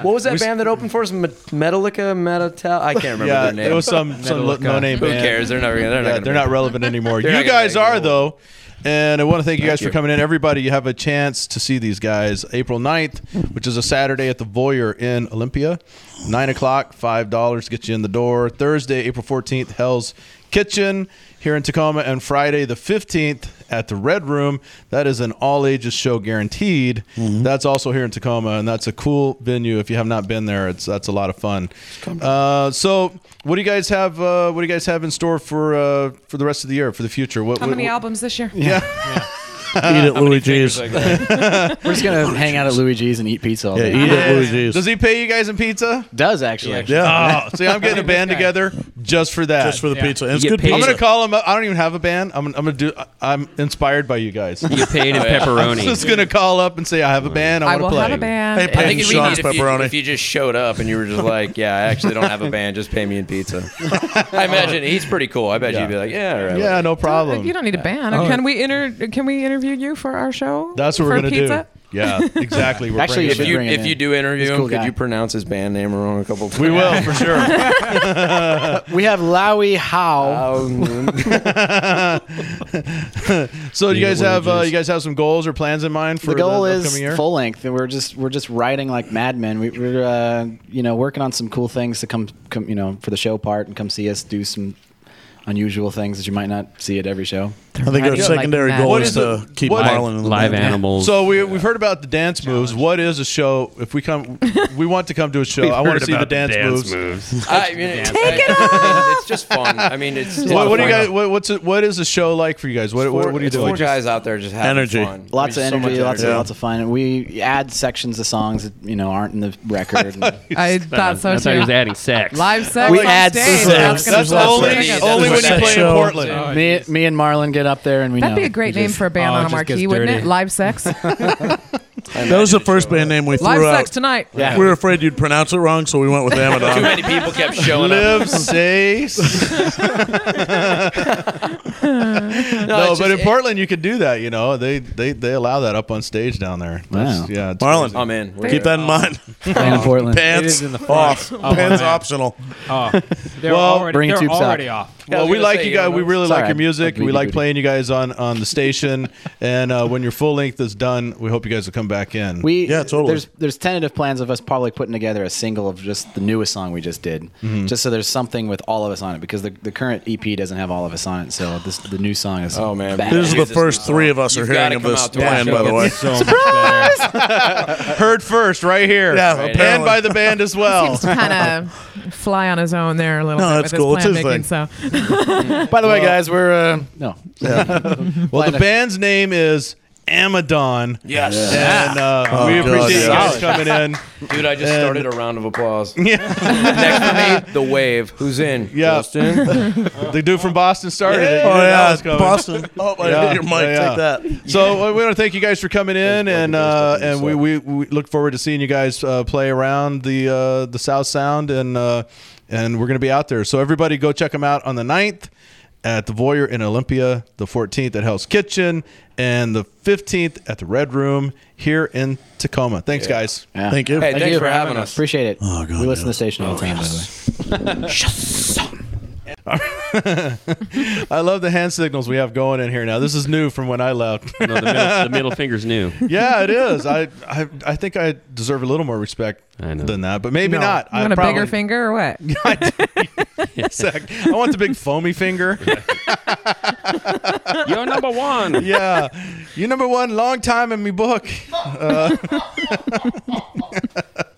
Speaker 4: what was that
Speaker 9: We-
Speaker 4: band that opened for us? Me- Metallica, Metal. I can't remember
Speaker 9: yeah,
Speaker 4: their name.
Speaker 9: It was some some
Speaker 4: Metallica.
Speaker 9: no name.
Speaker 4: Who cares? They're never. They're
Speaker 9: yeah,
Speaker 4: not.
Speaker 9: they're
Speaker 4: gonna
Speaker 9: not relevant anymore.
Speaker 4: They're
Speaker 9: you
Speaker 4: not gonna
Speaker 9: guys are though, and I want to thank you
Speaker 4: Thank
Speaker 9: guys
Speaker 4: you.
Speaker 9: for coming in. Everybody, you have a chance to see these guys April 9th, which is a Saturday at the Voyeur in Olympia. Nine o'clock, five dollars gets you in the door. Thursday, April fourteenth, Hell's Kitchen here in Tacoma, and Friday the 15th at the Red Room. That is an all ages show guaranteed. That's also here in Tacoma, and that's a cool venue. If you have not been there, it's that's a lot of fun. Uh, so, what do you guys have? Uh, what do you guys have in store for uh, for the rest of the year, for the future? What,
Speaker 13: How
Speaker 9: what-
Speaker 13: many
Speaker 9: what-
Speaker 13: albums this year?
Speaker 9: Yeah.
Speaker 12: Eat it, Louis G's.
Speaker 3: We're just gonna hang out at Louis G's and eat pizza. All
Speaker 12: Yeah,
Speaker 3: day.
Speaker 12: eat at Louis G's.
Speaker 9: Does he pay you guys in pizza?
Speaker 3: Does actually.
Speaker 9: Yeah. Oh, see, I'm getting a band together just for that.
Speaker 12: Just for the Yeah. pizza. And You it's
Speaker 9: It's
Speaker 12: get
Speaker 9: good
Speaker 12: good paid-
Speaker 9: pizza.
Speaker 12: pizza.
Speaker 9: I'm gonna call him. up. I don't even have a band. I'm, I'm gonna do. I'm inspired by you guys.
Speaker 10: You get paid in
Speaker 9: I'm
Speaker 10: pepperoni.
Speaker 9: just gonna call up and say I have a band.
Speaker 13: I
Speaker 9: I, want to
Speaker 13: will
Speaker 9: play.
Speaker 13: have a band. Hey,
Speaker 4: I think it'd be neat
Speaker 9: Sean's
Speaker 4: if you,
Speaker 9: pepperoni.
Speaker 4: if you just showed up and you were just like, "Yeah, I actually don't have a band. Just pay me in pizza." I imagine he's pretty cool. I bet you'd be like, "Yeah, all right."
Speaker 9: Yeah, no problem.
Speaker 13: You don't need a band.
Speaker 9: Oh.
Speaker 13: Can we inter- Can we interview you for our show?
Speaker 9: That's what
Speaker 13: for
Speaker 9: we're gonna
Speaker 13: pizza?
Speaker 9: do. Yeah, exactly. We're
Speaker 4: Actually, if
Speaker 9: bringing
Speaker 4: you
Speaker 9: it in.
Speaker 4: if you do interview
Speaker 9: He's a
Speaker 4: him,
Speaker 9: cool
Speaker 4: could
Speaker 9: guy.
Speaker 4: you pronounce his band name wrong a couple times?
Speaker 9: We will for sure.
Speaker 3: we have Lowy Howe.
Speaker 9: so do you
Speaker 3: Eat at Louis
Speaker 9: guys have uh,
Speaker 3: G's.
Speaker 9: you guys have some goals or plans in mind for
Speaker 3: the goal is
Speaker 9: upcoming year?
Speaker 3: full length, and we're just we're just writing like madmen. We, we're uh, you know working on some cool things to come, come you know for the show part and come see us do some unusual things that you might not see at every show.
Speaker 12: I think our secondary goal is to keep Marlon in the band.
Speaker 9: So we, we've heard about the dance moves. What is a show? If we come, we want to come to a show.
Speaker 10: We've
Speaker 9: I want
Speaker 10: heard
Speaker 9: to see the
Speaker 10: about the
Speaker 9: dance,
Speaker 10: dance
Speaker 9: moves.
Speaker 10: moves.
Speaker 4: I mean, Take it off. It's just fun. I mean, it's. it's
Speaker 9: what, what do you
Speaker 4: fun.
Speaker 9: guys? What, what's it, what is the show like for you guys? What, what,
Speaker 4: Four-
Speaker 9: what are you
Speaker 4: it's
Speaker 9: doing?
Speaker 4: Four guys out there just having fun.
Speaker 3: Lots of
Speaker 4: There's so
Speaker 3: energy,
Speaker 4: much
Speaker 3: lots of
Speaker 4: energy.
Speaker 3: lots of fun. We add sections of songs that you know aren't in the record.
Speaker 13: I thought so
Speaker 10: I thought he was
Speaker 13: too.
Speaker 10: adding sex.
Speaker 13: Live sex
Speaker 3: we
Speaker 13: on
Speaker 3: add
Speaker 13: stage.
Speaker 3: sex.
Speaker 13: That's gonna
Speaker 3: That's
Speaker 13: be
Speaker 3: only-
Speaker 13: something else.
Speaker 3: only when you play in
Speaker 13: Show.
Speaker 3: Portland. me, me and Marlon get up there and we.
Speaker 13: That'd
Speaker 3: know.
Speaker 13: be a great
Speaker 3: We
Speaker 13: name
Speaker 3: Oh, just-
Speaker 13: for a
Speaker 9: Oh,
Speaker 13: band on a marquee, wouldn't it? Live sex.
Speaker 12: That was the first band name we threw
Speaker 13: Live
Speaker 12: out.
Speaker 13: sex tonight. Yeah.
Speaker 12: We were afraid you'd pronounce it wrong, so we went with Amadon.
Speaker 4: Too many people kept showing
Speaker 9: Live
Speaker 4: up.
Speaker 9: safe. no,
Speaker 4: it's
Speaker 9: but
Speaker 4: just-
Speaker 9: in
Speaker 4: it-
Speaker 9: Portland you could do that. You know, they they, they allow that up on stage down there. That's-
Speaker 12: Wow.
Speaker 9: Yeah, it's
Speaker 12: Marlon,
Speaker 9: crazy.
Speaker 4: I'm in. We're
Speaker 12: Keep
Speaker 4: there.
Speaker 12: that in mind.
Speaker 3: Playing in Portland.
Speaker 12: Pants
Speaker 3: It is in the front.
Speaker 12: off.
Speaker 3: Oh,
Speaker 12: Pants
Speaker 3: man.
Speaker 12: optional.
Speaker 9: Oh.
Speaker 12: They're already- Bring they're tubes out. already off. Yeah, I
Speaker 9: Well,
Speaker 12: was
Speaker 9: we
Speaker 12: gonna
Speaker 9: like
Speaker 12: say, uh,
Speaker 9: you
Speaker 12: you
Speaker 9: guys.
Speaker 12: don't
Speaker 9: We
Speaker 12: know.
Speaker 9: really
Speaker 12: It's
Speaker 9: like
Speaker 12: all
Speaker 9: your
Speaker 12: right.
Speaker 9: music.
Speaker 12: Booty,
Speaker 9: We like
Speaker 12: booty.
Speaker 9: playing you guys on on the station. and uh, when your full length is done, we hope you guys will come back in.
Speaker 3: We There's there's tentative plans of us probably putting together a single of just the newest song we just did,
Speaker 12: Mm-hmm.
Speaker 9: Mhm.
Speaker 3: just so there's something with all of us on it because the, the current EP doesn't have all of us on it. So this the new song is. Oh
Speaker 4: man,
Speaker 12: This is the first three of us are hearing of this plan, by the way.
Speaker 9: Heard first, right here.
Speaker 12: Yeah,
Speaker 9: and
Speaker 12: apparently.
Speaker 9: by the band as well.
Speaker 13: Seems to kind of fly on his own there a little
Speaker 9: No,
Speaker 13: bit
Speaker 9: that's
Speaker 13: with
Speaker 9: cool. It's
Speaker 13: his plan
Speaker 9: his
Speaker 13: making.
Speaker 9: thing.
Speaker 13: So,
Speaker 3: By the way, guys, we're uh, no.
Speaker 9: well, the band's name is Amadon.
Speaker 4: Yes.
Speaker 9: And uh, we appreciate you guys coming in.
Speaker 4: Dude, I just
Speaker 9: And-
Speaker 4: started a round of applause. Next to me, the wave. Who's in?
Speaker 9: Yeah.
Speaker 4: Justin.
Speaker 9: the dude from Boston started it.
Speaker 4: Oh,
Speaker 9: You knew that
Speaker 4: yeah,
Speaker 9: was coming.
Speaker 12: Boston. Oh, I hit your mic. Take that.
Speaker 9: So uh, we want to thank you guys for coming in, and uh, and we, we, we look forward to seeing you guys uh, play around the uh, the South Sound, and uh, and we're gonna be out there. So everybody, go check them out on the 9th at the Voyeur in Olympia, the 14th at Hell's Kitchen, and the 15th at the Red Room here in Tacoma. Thanks, guys. Oh,
Speaker 12: Thank you.
Speaker 3: Thank you Appreciate it. we listen to the station all the time, by the way.
Speaker 9: I love the hand signals we have going in here now. This is new from when I left.
Speaker 10: No, the, middle, the middle finger's new.
Speaker 9: yeah, it is. I, I I think I deserve a little more respect than that, but maybe
Speaker 13: No.
Speaker 9: not.
Speaker 13: You
Speaker 9: I
Speaker 13: want a
Speaker 9: probably-
Speaker 13: bigger finger or what?
Speaker 9: Exact- I want the big foamy finger.
Speaker 10: You're number one.
Speaker 9: Yeah, you're number one. Long time in me book. Uh,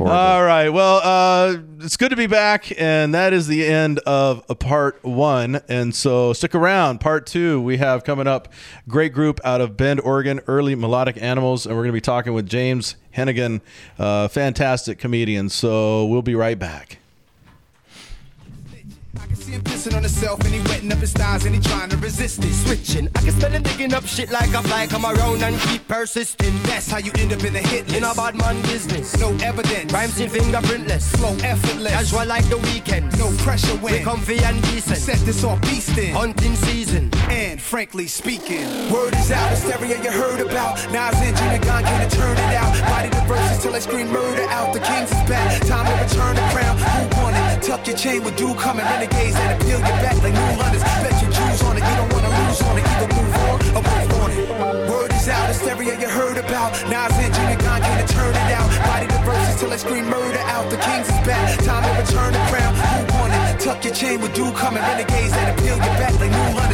Speaker 9: all right. Well, uh, it's good to be back, and that is the end of uh, part one. And so stick around. Part two we have coming up. Great group out of Bend, Oregon, Early Melodic Animals, and we're going to be talking with James Hennigan, uh, fantastic comedian. So we'll be right back.
Speaker 8: See him pissing on himself and he wetting up his thighs and he trying to resist it. Switching, I can spend him digging up shit like I fly on my own and keep persisting. That's how you end up in the hit list. In our bad man business, no evidence. Rhymes in fingerprintless, slow, effortless. Casual like the weekend, no pressure when we're comfy and decent. Set this off beastin', hunting season, and frankly speaking,
Speaker 7: Word is out, the stereo you heard about. Nas engine and gun can't turn it out.
Speaker 8: body the verses till I scream murder out. The kings is back, time to return the crown. Who won it? Tuck your chain with dude coming renegades that appeal your back like new hunters. Bet your Jews on it, you don't wanna lose on it. Either move on or move on it. Word is out, the stereo you heard about. Nas engine and gun can't turn it out. Body the verses till I scream murder out. The kings is back, time to return the crown. Who won it? Tuck your chain with do coming renegades that appeal your back like new